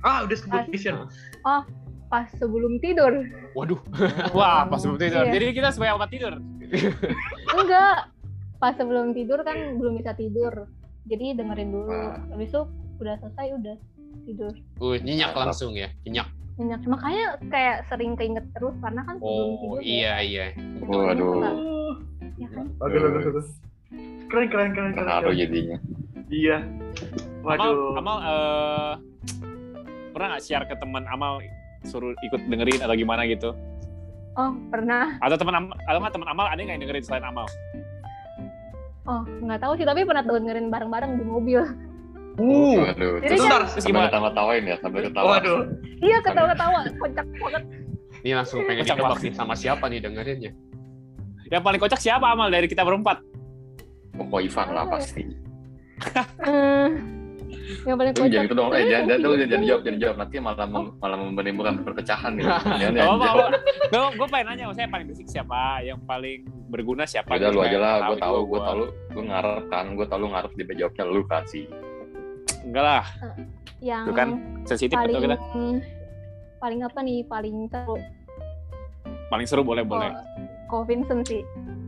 S5: Ah, udah sebut
S6: Asik.
S5: vision.
S6: pas sebelum tidur
S1: Waduh.
S3: Wah, pas sebelum tidur.
S6: Iya.
S3: Jadi kita sebagai obat tidur.
S6: enggak pas sebelum tidur
S4: Iya.
S6: kan belum bisa tidur jadi dengerin dulu
S4: Wah.
S6: habis itu udah selesai udah tidur
S1: Uh, nyenyak
S4: Mantap.
S1: langsung ya. Nyenyak.
S6: Nyenyak. makanya kayak sering keinget terus karena kan sebelum
S1: Oh,
S6: tidur ya.
S1: iya iya.
S4: Waduh,
S6: ya kan
S5: Bagus, bagus, bagus. Keren, keren, keren, keren.
S4: terharu
S5: keren.
S4: jadinya.
S5: Iya.
S3: Amal,
S5: Waduh.
S3: Amal eh, pernah nggak share ke teman Amal suruh ikut dengerin atau gimana gitu?
S6: oh pernah
S3: Atau teman Amal, atau nggak teman Amal ada nggak yang dengerin selain Amal?
S6: oh nggak tahu sih tapi pernah dengerin bareng-bareng di mobil
S1: Uh.
S4: Waduh,
S6: Jadi
S4: terus
S6: kan-
S5: Sebentar.
S3: Terus
S4: sambil
S3: gimana?
S4: ketawa-tawain ya, sambil ketawa.
S5: Waduh.
S6: iya ketawa-ketawa kocak banget
S1: iya. Ini langsung pengen
S3: Kocak
S1: ditebak
S3: banget.
S1: nih sama siapa nih ya? dengerinnya.
S3: Yang paling kocak siapa Amal dari kita berempat?
S4: Pokok Ivan lah pasti.
S6: Eh, yang paling
S4: Lu
S6: kocak
S4: jangan gitu dong, eh
S6: Tapi
S4: jangan, jangan,
S6: yang
S4: jangan,
S6: video
S4: jangan
S6: itu-
S4: jawab, jangan jawab. Nanti malah mem- malah menimbulkan perpecahan nih. Jangan,
S3: Gak
S4: jangan
S3: Oh. apa-apa.
S4: jawab.
S3: Gue gue pengen nanya, maksudnya yang paling basic siapa? Yang paling berguna siapa?
S4: Udah
S3: Gitu,
S4: lu aja
S3: pengen
S4: lah, gue
S3: juga
S4: tahu, gue
S3: gua.
S4: tahu, gue ngarep kan, gue tahu lu ngarep di jawabnya lu kan sih.
S3: Enggak lah,
S6: yang
S3: Tuh kan, sensitif
S6: paling
S3: atau kita
S4: kan.
S6: paling apa nih paling seru
S3: paling seru boleh boleh.
S6: Ko Vincent Oh, sih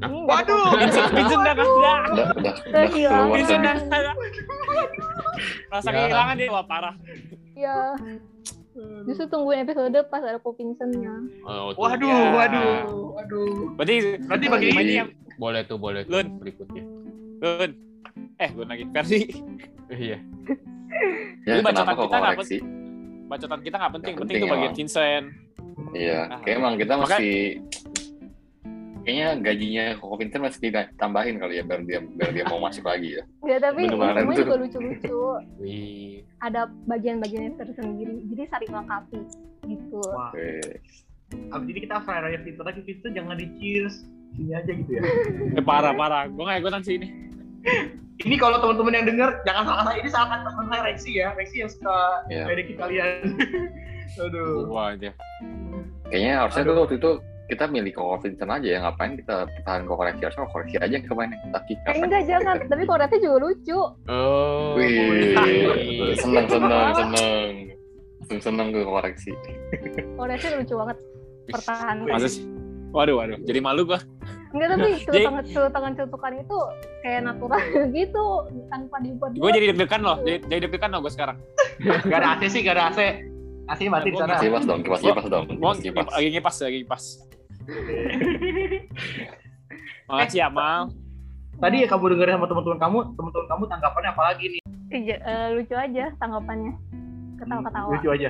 S6: Ini nggak ada
S5: Waduh.
S3: Vincent, Vincent dah dah.
S4: Udah, udah,
S6: Udah
S4: udah
S6: hilang.
S4: Nah, keluar
S3: Vincent
S4: tadi.
S3: dah. Rasa
S1: Ya.
S3: kehilangan dia wah parah.
S6: Iya. Justru tungguin episode pas ada Kopinsonnya.
S1: Oh, tuh.
S5: Waduh,
S3: Ya.
S5: waduh, waduh.
S3: Berarti
S5: Berarti
S4: Nah,
S5: bagi
S4: jadi-
S5: ini
S3: yang
S1: Boleh tuh, boleh tuh
S3: Lun.
S1: berikutnya.
S3: Lun. Eh, Lun lagi. Versi.
S1: Iya.
S3: Lu
S4: Ya,
S3: bacotan
S4: kenapa kok
S3: kita nggak
S4: koreksi?
S3: Bacotan kita nggak penting, penting
S4: Nggak penting
S3: tuh bagian
S4: emang.
S3: Vincent.
S4: Iya,
S3: Ah.
S4: kayak emang kita
S3: Maka-
S4: mesti kayaknya gajinya Koko Pinter masih ditambahin kali ya biar dia biar dia mau masuk lagi ya.
S6: Ya tapi
S4: Bener banget
S6: semua
S4: tuh.
S6: juga lucu-lucu.
S1: Wih,
S6: Ada bagian-bagiannya tersendiri. Jadi saling melengkapi gitu.
S3: Ah.
S5: Wah,
S4: Oke.
S5: abis ini kita fry raya Vito lagi Vito jangan di cheers sini aja gitu ya.
S3: Eh, parah parah. Gue nggak ikutan sih ini.
S5: Ini kalau teman-teman yang dengar jangan salah ini salah teman saya Rexi ya, Rexi yang suka
S4: Iya.
S5: ledekin kalian. Aduh.
S3: Gua aja.
S4: Kayaknya harusnya
S5: Aduh.
S4: tuh waktu itu kita milih Koko Pinter aja ya ngapain kita pertahan Koko Reksi harusnya Koko Reksi aja yang kemarin kita kick.
S6: Eh, enggak jangan. Tapi koretnya juga lucu.
S1: oh,
S4: Wih,
S1: wih.
S4: seneng seneng seneng seneng seneng gue Koko Reksi.
S6: Koretnya lucu banget. Pertahanan.
S3: Masa sih? Waduh waduh. Jadi malu gua.
S6: Enggak tapi
S3: Jadi-
S6: celutangan-celutangan itu kayak natural gitu tanpa dibuat.
S3: Gue jadi deg-degan loh. Jadi, jadi deg-degan loh gue sekarang.
S5: Gak ada AC sih, gak ada AC. AC mati di sana.
S4: Kipas dong, kipas kipas dong,
S3: Gue
S4: kipas kipas.
S3: lagi ngipas lagi ngipas. Makasih ya Mal.
S5: Tadi ya kamu dengerin sama teman-teman kamu, teman-teman kamu tanggapannya apa lagi nih?
S6: Iya, eh, lucu aja tanggapannya. Ketawa-ketawa.
S5: Lucu aja.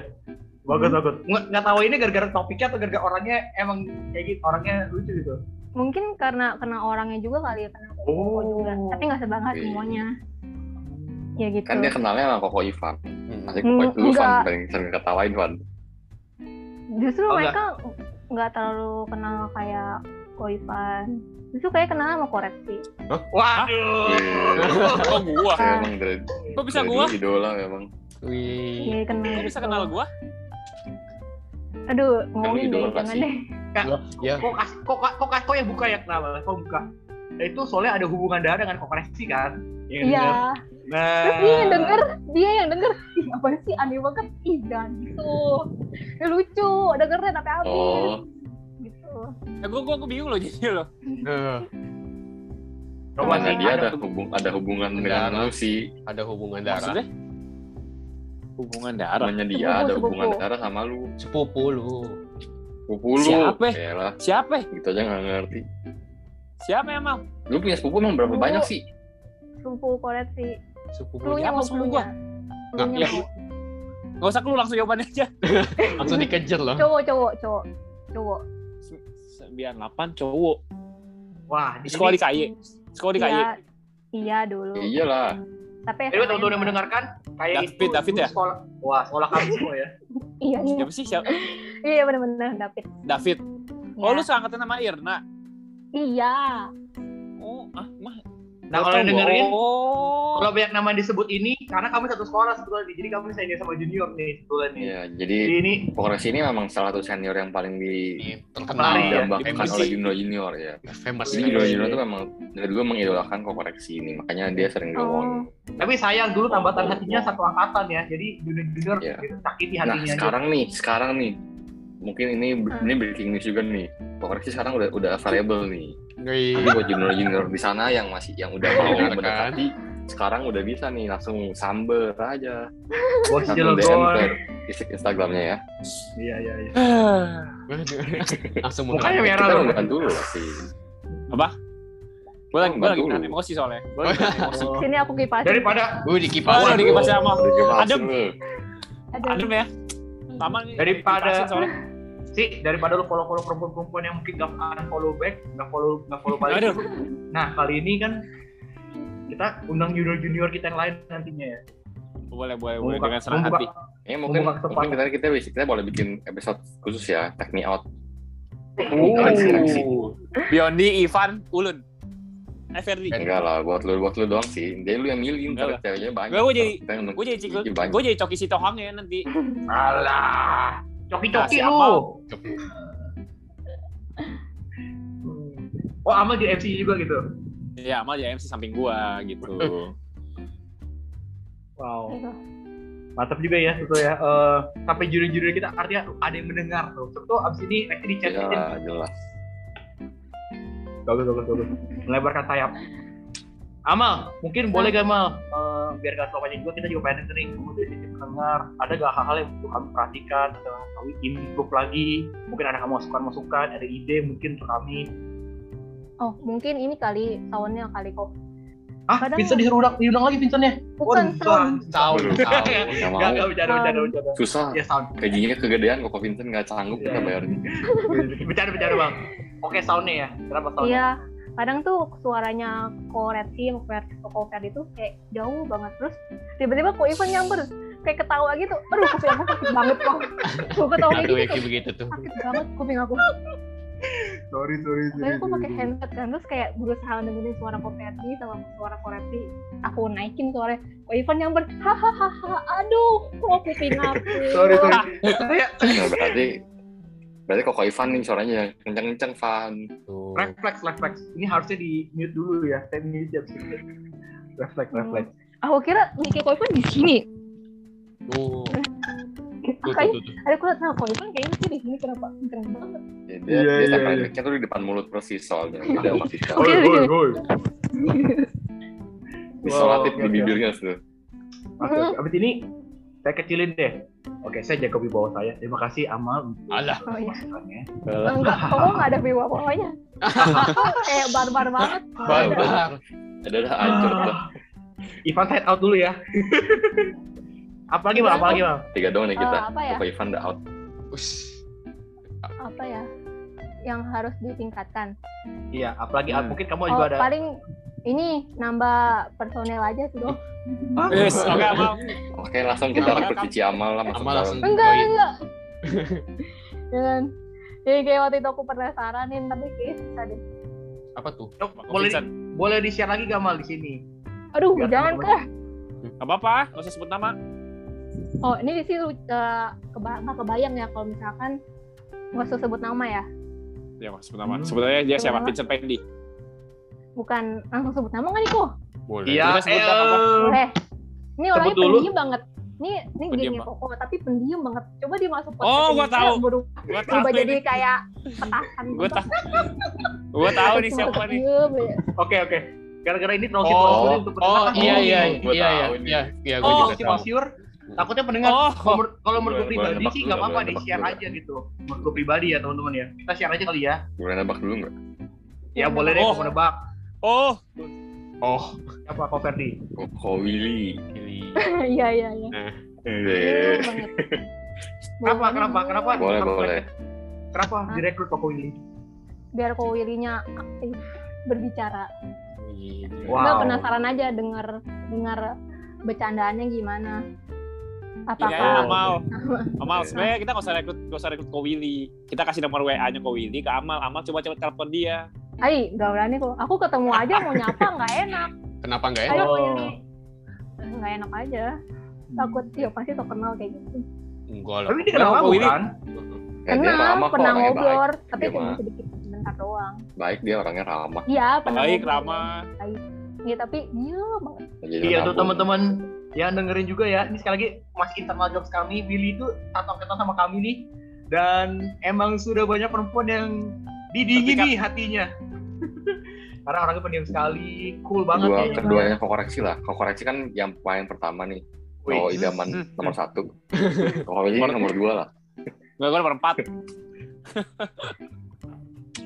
S5: Bagus, bagus. Nggak, nggak tahu Hmm. ini gara-gara topiknya atau gara-gara orangnya emang kayak gitu, orangnya lucu gitu.
S6: Mungkin karena kena orangnya juga kali ya kena
S5: Oh,
S6: juga. Tapi nggak sebanget
S4: Oke.
S6: semuanya. Ya gitu.
S4: Kan dia kenalnya sama Koko Ivan. Masih Koko
S6: Hmm,
S4: itu lu
S6: enggak.
S4: Van paling sering ketawain Van.
S6: Justru
S5: Oh,
S6: mereka nggak terlalu kenal kayak Koifan. Justru kayak kenal sama koreksi.
S5: Waduh.
S4: Wih.
S3: Kok gua?
S4: Saya Iya, emang dari
S3: Kok bisa
S4: dari
S3: gua?
S4: dulu idola memang.
S1: Wih.
S6: Iya kenal.
S3: Kok bisa kenal gua?
S6: Aduh, ngomongin
S4: idola
S6: deh,
S4: nggak
S6: jangan
S4: sih?
S6: deh. Iya.
S1: Loh, ya.
S5: Kok kas- kok kok kok yang buka ya kenapa? Kok buka? Nah, itu soalnya ada hubungan darah dengan koperasi kan?
S6: Iya.
S5: kan? Nah.
S6: Terus dia yang denger, dia yang denger. Ih, apa sih aneh banget. Ih, jangan gitu. Ya, lucu, dengerin tapi habis.
S4: Oh.
S6: Gitu.
S3: Ya gue gue bingung loh jadi loh.
S1: Eh,
S5: Nah, Coba
S4: Karena
S5: sih,
S4: dia
S5: ada
S4: ada hubung ada hubungan dengan
S1: Darah.
S4: lu sih.
S1: ada hubungan darah.
S3: Maksudnya? Hubungan darah.
S4: Namanya dia
S6: Sepupu,
S4: ada
S6: sepupu.
S4: hubungan darah sama lu.
S1: Sepupu lu.
S4: Sepupu lu.
S3: Siapa?
S4: Yalah,
S3: Siapa? ya?
S4: gitu aja nggak ngerti.
S3: Siapa ya Mal?
S4: Lu punya sepupu emang berapa
S6: Sepupu.
S4: banyak sih?
S6: Sepupu koreksi.
S1: Sepupu lu.
S6: Cluenya
S3: apa
S6: mau
S3: sepupu
S6: cluenya.
S1: Nggak,
S6: Cluenya
S1: ya.
S6: mau.
S3: Gak usah lu langsung jawabannya aja.
S1: Langsung dikejar loh.
S6: Cowok, cowok, cowok. Cowok.
S3: 98 cowok.
S5: Wah,
S3: Di sekolah di KY. Sekolah di KY.
S6: Iya, iya dulu.
S4: Ya iyalah.
S6: Tapi
S5: Jadi buat teman-teman yang mendengarkan, kayak
S3: David,
S5: itu
S3: David
S5: dulu
S3: ya?
S5: sekolah, wah sekolah kami semua ya.
S6: Iya, iya.
S3: Siapa sih? Siapa?
S6: Iya, benar-benar David.
S3: David. Oh lu seangkatan sama Irna.
S6: Iya.
S3: Oh, ah, mah.
S5: Nah kalau yang dengerin,
S3: Oh.
S5: kalau banyak nama yang disebut ini, karena kami satu sekolah sebetulnya, jadi kami senior sama junior nih sebetulnya nih.
S4: Iya,
S5: Jadi
S4: jadi
S5: ini
S4: Pokoknya ini memang salah satu senior yang paling di
S1: Ini
S5: Lari
S1: Terkenal.
S5: ya,
S4: didambakan
S3: emosi.
S4: oleh junior junior ya.
S1: Famous.
S4: Jadi junior junior tuh memang dari dulu mengidolakan kok koreksi ini, makanya dia sering diomongin.
S5: tapi sayang dulu tambatan hatinya satu angkatan ya, jadi junior junior
S4: Iya. Ah.
S5: gitu, sakiti
S4: Nah
S5: hatinya.
S4: sekarang nih, sekarang nih, mungkin ini ini breaking news juga nih. Kok koreksi sekarang udah udah available nih.
S1: Wih.
S4: Jadi buat junior junior di sana yang masih yang udah mau
S1: Dengarkan.
S4: mendekati, sekarang udah bisa nih langsung samber aja,
S5: Bos
S4: langsung DM
S5: Cilegon.
S4: ke isik Instagramnya ya.
S5: Iya iya iya.
S1: Langsung
S5: Mukanya
S1: menerang.
S5: merah
S4: Kita
S5: loh.
S4: bukan dulu lah sih.
S3: Apa? Gue lagi, gue lagi
S4: Bantu lu.
S3: nahan emosi soalnya. Gue lagi nahan emosi.
S5: Oh.
S6: Sini aku kipasin.
S5: Daripada
S1: Wih,
S3: Waduh,
S1: dikipasin.
S3: lagi pas sama.
S4: Gimana
S3: Adem.
S4: sih lu?
S6: Ada-
S3: Adem ya. Taman nih,
S5: Daripada-
S3: dikasih soalnya.
S5: sih daripada lu follow follow perempuan perempuan yang mungkin gak akan follow back, gak follow gak follow balik.
S3: Aduh.
S5: Nah kali ini kan kita undang junior junior kita yang lain nantinya ya.
S3: Boleh, boleh, boleh.
S5: Membuka-
S3: Dengan senang
S5: membuka-
S3: hati.
S4: Ya mungkin,
S5: Membuka kesempatan.
S4: mungkin kita, kita bisa- kita boleh bikin episode khusus ya, take me out.
S5: Oh.
S4: Koreksi, koreksi.
S3: Biondi, Ivan, Ulun. Eh, Ferdi.
S4: Enggak lah, buat lu buat lu doang sih. Dia lu yang milih,
S3: Enggak
S4: ntar ceweknya banyak.
S3: Enggak, gua jadi-
S4: Kita yang-
S3: Gue jadi cikgu,
S4: Iya, banyak.
S3: gue jadi coki si tohang ya nanti.
S5: Alah, coki-coki
S3: Nah, siapa?
S5: lu. Oh, Amal di MC juga gitu.
S3: Iya, Amal jadi MC samping gua gitu.
S5: Wow.
S6: Gitu.
S5: Mantap juga ya, betul ya. Eh, sampai juri-juri kita artinya ada yang mendengar tuh. Tentu abis ini nanti di chat
S4: Iya lah, jelas.
S5: Bagus, bagus, bagus. Melebarkan sayap. Amal, mungkin boleh
S6: Nah.
S5: gak Amal? Eh, biar gak terlalu panjang juga, kita juga pengen dengerin dulu dari sisi pendengar. Ada gak hal-hal yang perlu kami perhatikan, atau yang kami improve lagi? Mungkin ada masukan-masukan, ada ide mungkin untuk kami.
S6: Oh, mungkin ini kali tahunnya kali kok.
S5: Ah,
S6: Kadang-
S5: Vincent diundang, diundang lagi Vincentnya.
S6: Bukan
S5: Waduh,
S6: tahun.
S1: Tahu, tahu.
S4: Enggak mau.
S5: Gak, gak, bercanda, bercanda, bercanda.
S4: Susah.
S5: Ya, sound.
S4: Gajinya kegedean kok Kok Vincent enggak sanggup
S5: Iya.
S4: kita bayarnya.
S5: bercanda bercanda bang Oke soundnya ya. Kenapa soundnya?
S6: Iya, kadang tuh suaranya ko Retsi sama ko Fer- ko Fer itu kayak jauh banget terus tiba-tiba kok Ivan nyamper kayak ketawa gitu. Aduh, kuping aku sakit banget kok. Kok ketawa kayak
S1: Aduh,
S6: gitu
S1: ya
S6: kayak,
S1: begitu tuh.
S6: sakit banget kuping aku.
S5: Sorry sorry
S6: Makanya aku pakai handset kan terus kayak berusaha dengerin suara ko Retsi sama suara ko Retsi. Aku naikin suaranya. Ko Ivan nyamper. Hahaha. Aduh, kok kuping aku.
S5: Sorry sorry. ya. Saya
S4: Nah, berarti berarti kok Ivan nih suaranya yang kenceng-kenceng Van.
S1: Tuh.
S5: refleks refleks. Ini harusnya di mute dulu ya. Saya mute ya. Refleks
S6: Hmm.
S5: refleks.
S6: Aku kira Niki Ko Ivan di sini. Eh,
S1: Tuh, tuh,
S6: Makanya
S1: tuh, tuh.
S6: ada kulit nah Ko Ivan kayaknya sih di sini kenapa kenceng banget.
S4: Ya, dia
S5: Iya,
S4: dia
S5: iya,
S4: tempelin
S5: iya.
S4: mic-nya tuh di depan mulut persis soalnya. Beda sama Vita.
S6: Oke,
S5: Hoi, hoi,
S6: oke.
S5: hoi.
S4: Disolatif
S5: Wow,
S4: di
S5: oke,
S4: bibirnya tuh.
S5: Oke, oke. Abis ini saya kecilin deh. Oke, saya jaga wibawa saya. Terima kasih Amal untuk
S1: Alah.
S6: Oh iya.
S5: masukannya.
S6: Enggak, kamu nggak ada wiwa pokoknya. kayak barbar banget.
S1: Barbar.
S4: Adalah ancur
S5: Ah.
S4: lah.
S5: Ivan side out dulu ya. apalagi bang, apalagi bang.
S4: Tiga doang nih kita.
S6: Eh, apa ya?
S4: Kok Ivan udah out.
S1: Ush.
S6: Apa ya? Yang harus ditingkatkan.
S5: Iya, apalagi
S1: Hmm.
S5: mungkin kamu
S6: Oh,
S5: juga ada.
S6: paling ini nambah personel aja sih dong.
S3: Yes, oke Amal.
S4: Oke, langsung kita rekrut Cici Amal lah masuk
S1: Amal langsung
S6: Enggak,
S1: join.
S6: enggak. Jangan. Jadi Ya kan? kayak waktu itu aku penasaran tapi kayak bisa deh.
S1: Apa tuh?
S5: Oh,
S3: Sama
S5: boleh
S3: Vincent.
S5: boleh di share lagi gak Mal di sini?
S6: Aduh,
S3: Iya,
S5: Biar
S6: jangan
S5: teman-teman.
S6: kah?
S3: Gak apa-apa, gak usah sebut nama.
S6: Oh, ini di sini eh, keba- nggak kebayang ya kalau misalkan nggak usah sebut nama ya.
S3: Ya, nggak usah sebut nama. Sebenarnya dia siapa?
S6: Nama.
S3: Vincent Pendi.
S6: Bukan langsung sebut nama nggak nih kok?
S1: Boleh.
S5: Iya,
S3: Kita sebut nama, Bang.
S5: eh,
S6: Boleh. Ini orangnya
S5: Sebut dulu.
S6: pendiam banget. Ini ini
S3: Pendiam
S6: gengnya Koko, tapi pendiam banget. Coba dia masuk
S3: Oh, gua tahu.
S6: Berubah,
S3: Gue tahu
S6: berubah jadi
S3: ini.
S6: kayak petasan.
S3: Gue tahu. Gue tahu nih siapa nih.
S6: ya.
S5: Oke, oke. Gara-gara ini terlalu
S1: Oh,
S5: oh, untuk
S1: Oh
S5: pendengar.
S1: iya iya
S4: Gua
S1: iya iya
S4: tahu ini.
S1: iya iya gue
S5: Oh,
S1: juga
S5: si
S1: tahu.
S5: Masyur. Takutnya pendengar
S3: Oh,
S5: kalau menur- kalau menurut
S4: Boleh,
S5: pribadi
S4: boleh,
S5: sih nggak
S4: nebak dulu,
S5: apa-apa
S4: boleh,
S5: di
S4: nebak
S5: share
S4: dulu.
S5: aja gitu. Menurut gue pribadi ya teman-teman ya. Kita share aja kali ya.
S4: Gue nebak dulu nggak?
S6: Iya,
S5: Ya boleh deh
S3: Oh.
S5: kamu nebak.
S3: oh.
S1: Oh,
S5: Apa kau Ferdi?
S4: Kok kok Willy.
S1: Willy.
S6: Iya iya iya.
S4: Eh,
S6: Pendiam banget.
S5: Kenapa?
S6: Boleh.
S5: Kenapa? Kenapa?
S4: Boleh,
S5: Kenapa-
S4: boleh.
S5: Kenapa
S6: Hah?
S5: direkrut Koko ini?
S6: Biar Kowilinya aktif berbicara.
S1: Willy.
S5: Wah.
S6: Nggak
S5: Wow.
S6: penasaran aja dengar dengar bercandaannya gimana.
S4: Iya,
S5: Iya,
S3: Ini
S6: Apakah
S3: aja iya, Amal. Amal, sebenarnya kita nggak usah rekrut, nggak usah rekrut ke Willy. Kita kasih nomor WA-nya ke Willy, ke Amal. Amal coba coba telepon dia.
S4: iya.
S6: Ay, nggak berani kok. Aku ketemu aja mau nyapa nggak enak.
S1: Kenapa enggak ya? enak?
S6: Ayo
S5: Oh.
S6: Willy.
S4: Oh.
S6: Nggak enak aja.
S4: Hmm.
S6: Takut, ya pasti sok kenal kayak gitu.
S1: Enggak lah.
S5: Tapi ini kenapa
S3: Koko Willy.
S5: bukan?
S4: ya, dia
S6: Kenal,
S4: ramah kok
S6: pernah
S4: orangnya baik.
S6: ngobrol, tapi
S4: Dia
S6: cuma
S4: mah.
S6: sedikit sebentar doang.
S4: Baik dia orangnya ramah.
S6: Iya, pernah
S3: Baik,
S6: ngobrol.
S3: Rama.
S6: Iya, tapi iya banget.
S4: Jadi
S5: Iya tuh
S4: nabung.
S5: teman-teman yang dengerin juga ya. Ini sekali lagi masih internal jokes kami. Billy itu tatap ketan sama kami nih. Dan emang sudah banyak perempuan yang didingini hatinya. Karena orangnya pendiam sekali, cool banget
S4: Kedua,
S5: ya.
S4: keduanya kok koreksi lah. Kok koreksi kan yang paling pertama nih.
S5: Wih. Hmm.
S4: Kalau idaman nomor satu. Kalau Willy nomor dua lah.
S3: Gue gue nomor empat.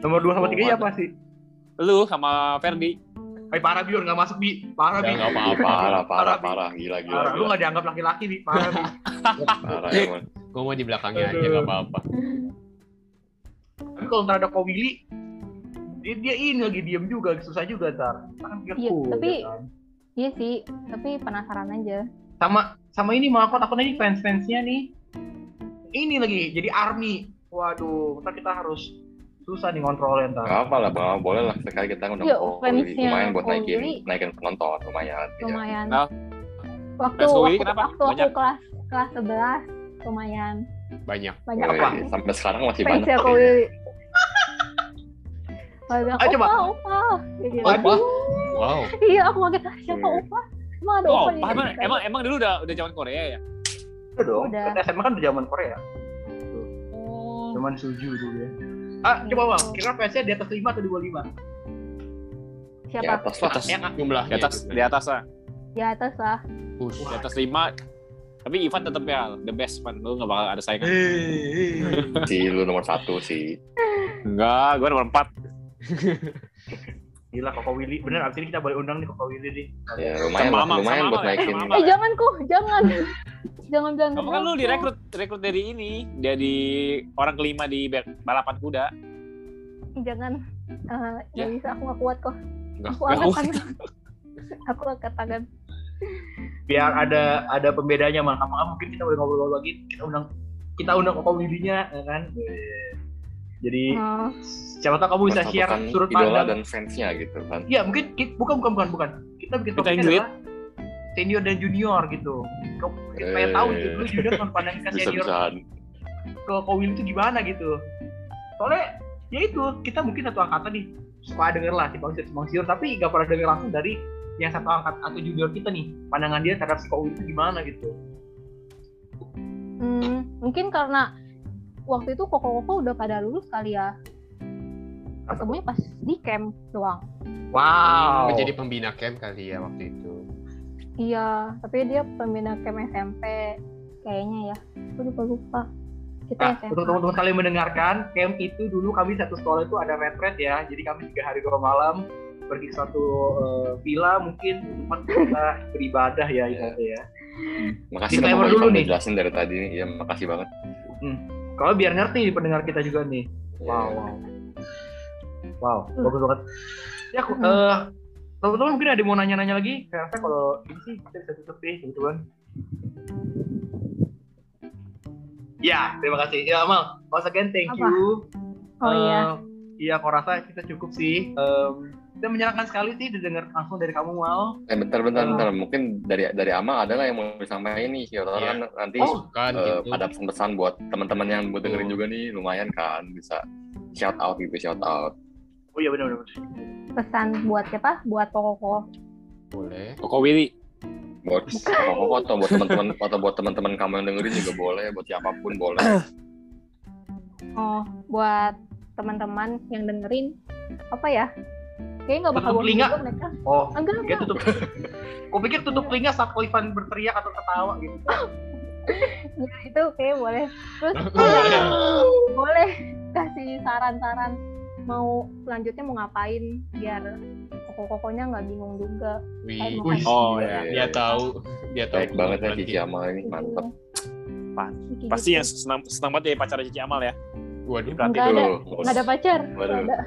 S5: Nomor 2 sama
S4: Oh,
S5: 3 ya
S4: ada.
S5: pasti.
S3: Lu sama Ferdi.
S5: Eh parah Bion, nggak masuk Bi. Ah, Parah Bi.
S1: Ya, nggak apa-apa.
S4: Iya, Parah, parah,
S5: Bi.
S4: parah. Gila, gila,
S5: Parah, Lu
S4: gila.
S5: nggak dianggap laki-laki Bi. Parah Bi.
S4: Parah, ya, emang.
S1: Gue mau di belakangnya aja
S5: Aduh.
S1: enggak apa-apa.
S5: Tapi kalau ntar ada Ko Willy, dia, dia ini lagi diem juga, susah juga ntar. Kan dia
S6: Iya,
S5: cool,
S6: tapi-
S5: ya kan?
S6: Iya sih, tapi penasaran aja.
S5: sama sama ini malah aku takutnya nih fans fansnya nih ini lagi jadi army waduh ntar kita harus susah nih ngontrolnya ntar
S4: Gak apa lah, Bang. Boleh lah sekali kita undang
S6: Yuk,
S4: Ko
S6: fansnya
S4: Willy. Lumayan buat
S6: Ko
S4: naikin,
S6: Willy.
S4: naikin penonton. Lumayan. Iya.
S6: Lumayan.
S3: Nah.
S6: Waktu,
S3: Mas Willy
S6: waktu,
S3: kenapa?
S6: waktu aku
S3: Banyak.
S6: kelas kelas 11 lumayan
S1: Banyak.
S6: banyak
S4: Wih,
S5: apa?
S4: Sampai sekarang masih
S6: fans
S4: banyak.
S6: ya Ko Willy. Kalau bilang,
S5: Ayo, coba.
S6: opa, opa. Dia bilang,
S5: Opa?
S1: Wow.
S6: Iya, aku kaget. Siapa
S4: Hmm.
S6: opa? Emang ada
S3: Oh,
S6: opa di
S3: emang,
S6: sini?
S3: emang, emang dulu udah udah zaman Korea ya?
S5: udah dong
S6: Udah.
S5: Kan SMA kan udah zaman Korea
S6: Oh.
S5: zaman suju dulu ya ah coba bang kira fansnya di atas lima atau di bawah lima
S4: Di
S6: Siapa?
S4: atas lah.
S1: Ya, jumlahnya.
S3: Di atas, di atas lah.
S6: Di atas lah.
S1: Push.
S3: Di atas lima. Tapi Ivan tetap ya, the best man. Lu gak bakal ada saingan.
S4: Si lu nomor satu sih.
S3: Enggak, gue nomor empat.
S5: gila Koko Willy bener abis ini kita boleh undang nih Koko Willy nih
S4: Ya, lumayan
S3: Sama
S4: lah.
S3: Amal,
S4: Lumayan
S3: sama
S4: buat
S3: Amal ya,
S4: naikin.
S3: sama Amal.
S6: Eh, jangan kok, jangan. jangan bilang.
S3: Kamu kan lu direkrut, rekrut dari ini, dari orang kelima di bal- balapan kuda.
S6: jangan eh, nggak
S1: Ya.
S6: bisa aku nggak kuat kok
S1: Nggak
S6: aku
S1: kuat.
S6: angkat tangan aku angkat tangan
S5: biar ada ada pembedanya mah Apakah mungkin kita boleh ngobrol-ngobrol lagi kita undang kita undang komedinya ya kan jadi
S6: Eh,
S5: siapa tahu kamu bisa share
S4: Persatukan
S5: sudut
S4: idola
S5: pandang
S4: dan fansnya gitu kan.
S5: ya mungkin ki- bukan bukan bukan bukan kita bikin
S3: Kita
S5: topiknya
S3: Ingrid.
S5: adalah senior dan junior gitu kau kayak
S4: Eh.
S5: tahu gitu lu junior kan pandang ke
S4: Bisa
S5: senior
S4: bisaan.
S5: ke Kowin itu gimana gitu soalnya ya itu kita mungkin satu angkatan nih suka denger lah si Bang Sir, si Bang Sir, tapi gak pernah denger langsung dari yang satu angkat atau junior kita nih pandangan dia terhadap si Kowin itu gimana gitu
S6: hmm, mungkin karena waktu itu koko-koko udah pada lulus kali ya ketemunya pas di camp doang
S5: wow Hmm,
S1: Oh, jadi pembina camp kali ya waktu itu.
S6: iya tapi dia pembina camp SMP kayaknya ya aku lupa lupa kita
S5: Nah, untuk
S6: SMP
S5: teman-teman kalian yang mendengarkan, camp itu dulu kami satu sekolah itu ada retret ya. Jadi kami tiga hari dua malam pergi ke satu eh, villa mungkin tempat kita beribadah ya ibaratnya ya.
S4: Makasih
S5: Disclaimer
S4: teman
S5: dulu
S4: dulu
S5: nih.
S4: nih. Jelasin dari tadi nih. Iya, makasih banget.
S5: Kalau biar ngerti pendengar kita juga nih.
S6: Iya.
S5: Wow, wow. Wow,
S6: Hmm.
S5: bagus banget. Ya, aku, eh, teman-teman mungkin ada yang mau nanya-nanya lagi. Saya rasa kalau ini sih kita bisa tutup deh, teman-teman. Ya, terima kasih. Ya, Amal, once again thank
S6: Apa?
S5: you.
S6: oh iya
S5: Eh, Iya, aku rasa kita cukup sih. Em, kita menyenangkan sekali sih didengar langsung dari kamu Mal.
S4: Eh bentar bentar bentar. Mungkin dari dari Ama ada nggak yang mau disampaikan nih? Ya,
S1: Iya.
S4: kan nanti
S5: Oh,
S1: Kan
S4: eh,
S1: gitu.
S4: ada pesan-pesan buat teman-teman yang buat dengerin
S1: Betul.
S4: juga nih lumayan kan bisa shout out gitu shout out
S5: Oh iya benar-benar.
S6: pesan buat siapa buat koko
S1: Boleh.
S3: Koko Willy.
S4: buat apa atau buat teman-teman atau buat teman-teman kamu yang dengerin juga boleh buat siapapun boleh
S6: oh buat teman-teman yang dengerin apa ya kayaknya nggak bakal
S5: Tutup
S6: bosan
S5: telinga.
S6: juga mereka
S5: Oh,
S6: enggak
S5: dia
S6: enggak
S5: tutup. Kau pikir tutup telinga saat Ko Ivan berteriak atau ketawa gitu.
S6: Ya, itu kayak boleh terus eh,
S1: Boleh.
S6: boleh kasih saran-saran mau selanjutnya mau ngapain biar koko-kokonya nggak bingung juga
S1: Wih,
S6: Wih.
S3: Oh ya.
S4: Iya, iya,
S1: dia
S4: iya.
S1: tahu, dia tahu.
S4: baik banget ya
S1: kebetulan
S4: Cici
S1: kita-
S4: Amal ini mantep
S3: Pan-
S6: Gitu.
S3: Pasti yang senang senang banget jadi pacarnya Cici Amal ya.
S1: Waduh,
S3: Berarti
S6: Nggak ada.
S4: Tuh,
S6: nggak ada pacar
S4: waduh
S6: nggak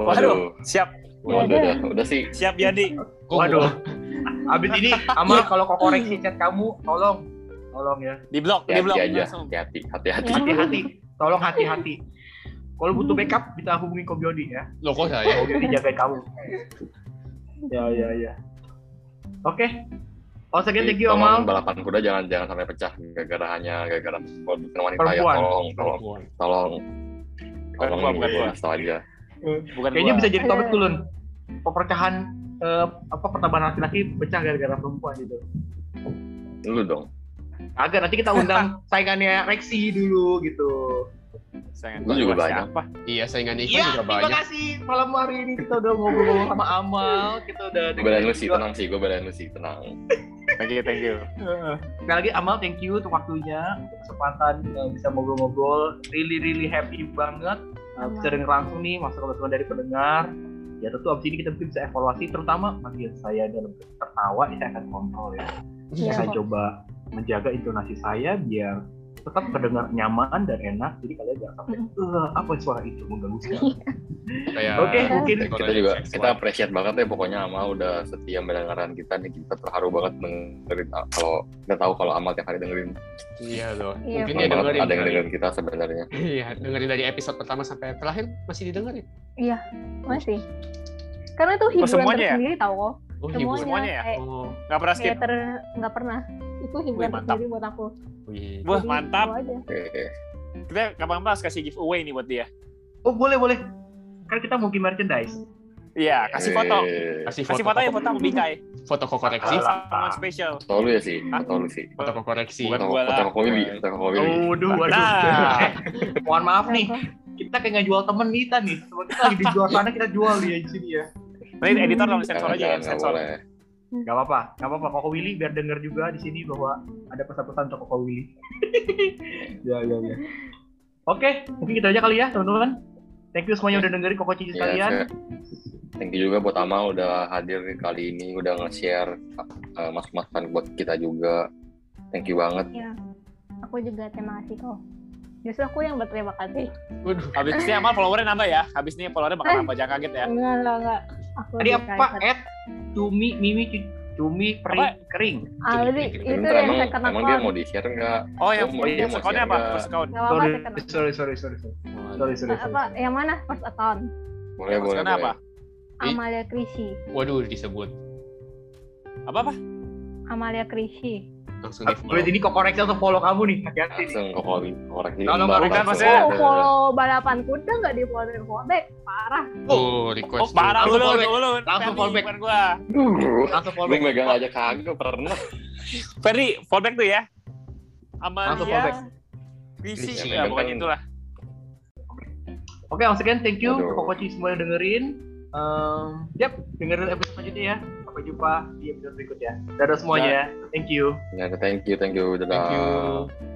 S6: ada.
S4: waduh
S3: Siap,
S6: Nggak
S4: waduh
S6: ada.
S4: udah, udah sih
S3: siap Yandi.
S1: kok gua
S5: Waduh. Abis ini Amal kalau kau koreksi chat kamu, tolong tolong ya.
S3: Di blok, di blok
S4: hati-hati aja
S3: langsung.
S4: hati-hati hati-hati
S5: Hati-hati. Tolong hati-hati. Kalau butuh backup bisa hubungi Ko Biodi ya.
S1: lo kok saya?
S5: Ko Biodi jagain kamu. Ya ya ya. Oke. Once again thank you
S4: Tolong
S5: Amal.
S4: balapan kuda jangan jangan sampai pecah gara-gara hanya gara-gara perempuan wanita ya
S5: Perempuan.
S4: tolong tolong
S1: Perempuan.
S4: tolong
S3: Bukan
S4: tolong
S3: gua, bukan gua.
S4: ya, aja
S3: Bukan
S5: Kayaknya
S3: gua.
S5: bisa jadi topik
S6: Ada.
S5: tuh Lun. Pepercahan eh, apa pertemanan laki-laki pecah gara-gara perempuan gitu.
S4: lu dong
S5: Agak nanti kita undang saingannya Rexy dulu gitu.
S3: Sayang,
S4: Lu juga
S3: gua
S4: banyak.
S3: Siapa?
S1: Iya, saingannya Ivan
S5: Iya,
S1: juga
S5: terima
S1: banyak.
S5: kasih malam hari ini kita udah ngobrol sama Amal, kita udah
S4: gue belain lu sih tenang sih gue belain lu sih tenang
S3: Thank you, thank you.
S5: Heeh. Sekali lagi Amal, thank you untuk waktunya, untuk kesempatan eh, bisa ngobrol-ngobrol. Really really happy banget eh, bisa denger langsung nih masukan masukan dari pendengar. Ya tentu abis ini kita mungkin bisa evaluasi, terutama bagian saya dalam tertawa, ini saya akan kontrol ya.
S6: Iya,
S5: saya
S6: kok.
S5: coba menjaga intonasi saya biar tetap terdengar nyaman dan enak jadi kalian nggak sampai "Eh, apa suara itu mengganggu sekali
S1: Kayak
S5: Oke, mungkin
S4: kita juga kita appreciate banget ya pokoknya Amal udah setia mendengarkan kita nih kita terharu banget dengerin ah, kalau kita tahu kalau Amal tiap hari dengerin
S1: Iya loh.
S6: Iya,
S1: Mungkin dia
S4: Senang banget
S1: dengerin.
S4: ada yang dengerin kita sebenarnya
S1: Iya, dengerin dari episode pertama sampai terakhir masih didengerin.
S6: masih karena itu hiburan
S3: semuanya ya?
S6: tersendiri tau kok
S1: Oh,
S6: semuanya,
S1: hiburan.
S3: Semuanya ya?
S6: kayak,
S1: Oh,
S3: Nggak pernah skip.
S6: kayak ter nggak pernah itu hiburan
S3: mantap.
S6: tersendiri buat aku
S1: wih.
S3: Wah,
S6: Jadi,
S3: mantap.
S6: itu aja.
S4: oke
S3: Kita kapan-kapan harus kasih giveaway nih buat dia.
S5: oh boleh boleh kan kita mungkin merchandise
S3: Iya, kasih foto.
S4: Eh,
S1: Kasih foto,
S3: Kasih foto ya foto sama Bikai.
S1: foto koreksi,
S5: Alah.
S3: Sama spesial.
S4: foto lu ya sih foto lu sih
S1: foto koreksi.
S3: Bukan
S4: foto
S3: gua
S4: foto
S3: lah.
S4: kok Willy foto kok Willy
S5: oh aduh waduh
S3: Nah.
S5: Eh, mohon maaf nih
S6: Nah,
S5: kita kayak nggak jual temen kita nih temen kita lagi dijual sana kita jual dia di sini ya
S3: Nanti editor langsung sensor aja
S4: jangan jangan
S3: ya,
S4: nggak
S3: sensor.
S4: boleh
S5: nggak apa-apa nggak apa-apa koko Willy biar denger juga di sini bahwa ada pesan-pesan untuk koko Willy ya ya ya oke mungkin kita aja kali ya teman-teman thank you semuanya udah dengerin koko cici
S4: Ya,
S5: sekalian
S4: saya- Thank you juga buat Amal udah hadir kali ini, udah nge-share uh, masukan buat kita juga. Thank you banget.
S6: aku juga terima kasih kok Justru aku yang berterima kasih.
S1: Waduh.
S3: Habis ini Amal followernya nambah ya. Habis ini followernya bakal nambah jangan kaget ya.
S6: Enggak, enggak, enggak. Aku
S5: Tadi
S6: lebih
S5: apa?
S6: kaget.
S5: Ed, cumi, mimi, cu- cumi, pering, kering.
S6: Ah, jadi
S1: Itu
S6: itu
S4: Bentar,
S6: yang
S4: emang,
S6: second
S4: emang dia
S6: account.
S4: mau di-share nggak?
S3: Oh, yang
S4: Oh, iya,
S3: first account-nya apa?
S4: masih ada.
S3: First account.
S6: Nggak apa-apa,
S5: Sorry,
S6: second account.
S5: sorry, sorry, sorry, sorry, sorry, sorry, sorry.
S6: Apa, yang mana first account?
S4: Boleh,
S3: First
S4: boleh,
S3: account-nya apa?
S4: boleh.
S1: Ih.
S6: Amalia Krishi.
S1: Waduh, disebut.
S3: Apa apa?
S6: Amalia Krishi.
S1: Langsung di
S5: Abis ini kok korek atau follow kamu nih, hati-hati nih.
S4: Langsung ke korek. Korek ini
S5: Kalau nggak
S4: baru
S5: korek kan
S4: langsung
S3: maksudnya-
S6: Oh,
S4: ada.
S6: follow balapan kuda nggak di follow follow back. Parah.
S1: Oh, request.
S3: Oh, parah
S5: Langsung
S3: lu lu
S5: follow back.
S3: lu.
S5: Langsung
S3: Ferdi,
S5: follow back.
S3: bukan gua.
S4: Duh,
S5: Langsung follow
S4: Lu
S5: back.
S4: megang aja kagak pernah.
S3: Ferdi, follow back tuh ya.
S5: Langsung follow back.
S3: Amalia, Krisi,
S1: Krisi,
S3: ya,
S4: yang
S3: bukan
S4: ganteng.
S3: itulah.
S5: Oke, once again, thank you
S4: Aduh.
S5: ke Kokoci semua yang dengerin. Um, yap, dengerin episode selanjutnya ya. Sampai jumpa di episode berikutnya. Dadah semuanya. Thank you.
S4: Ya, thank you, thank you. Dadah.
S1: Thank you.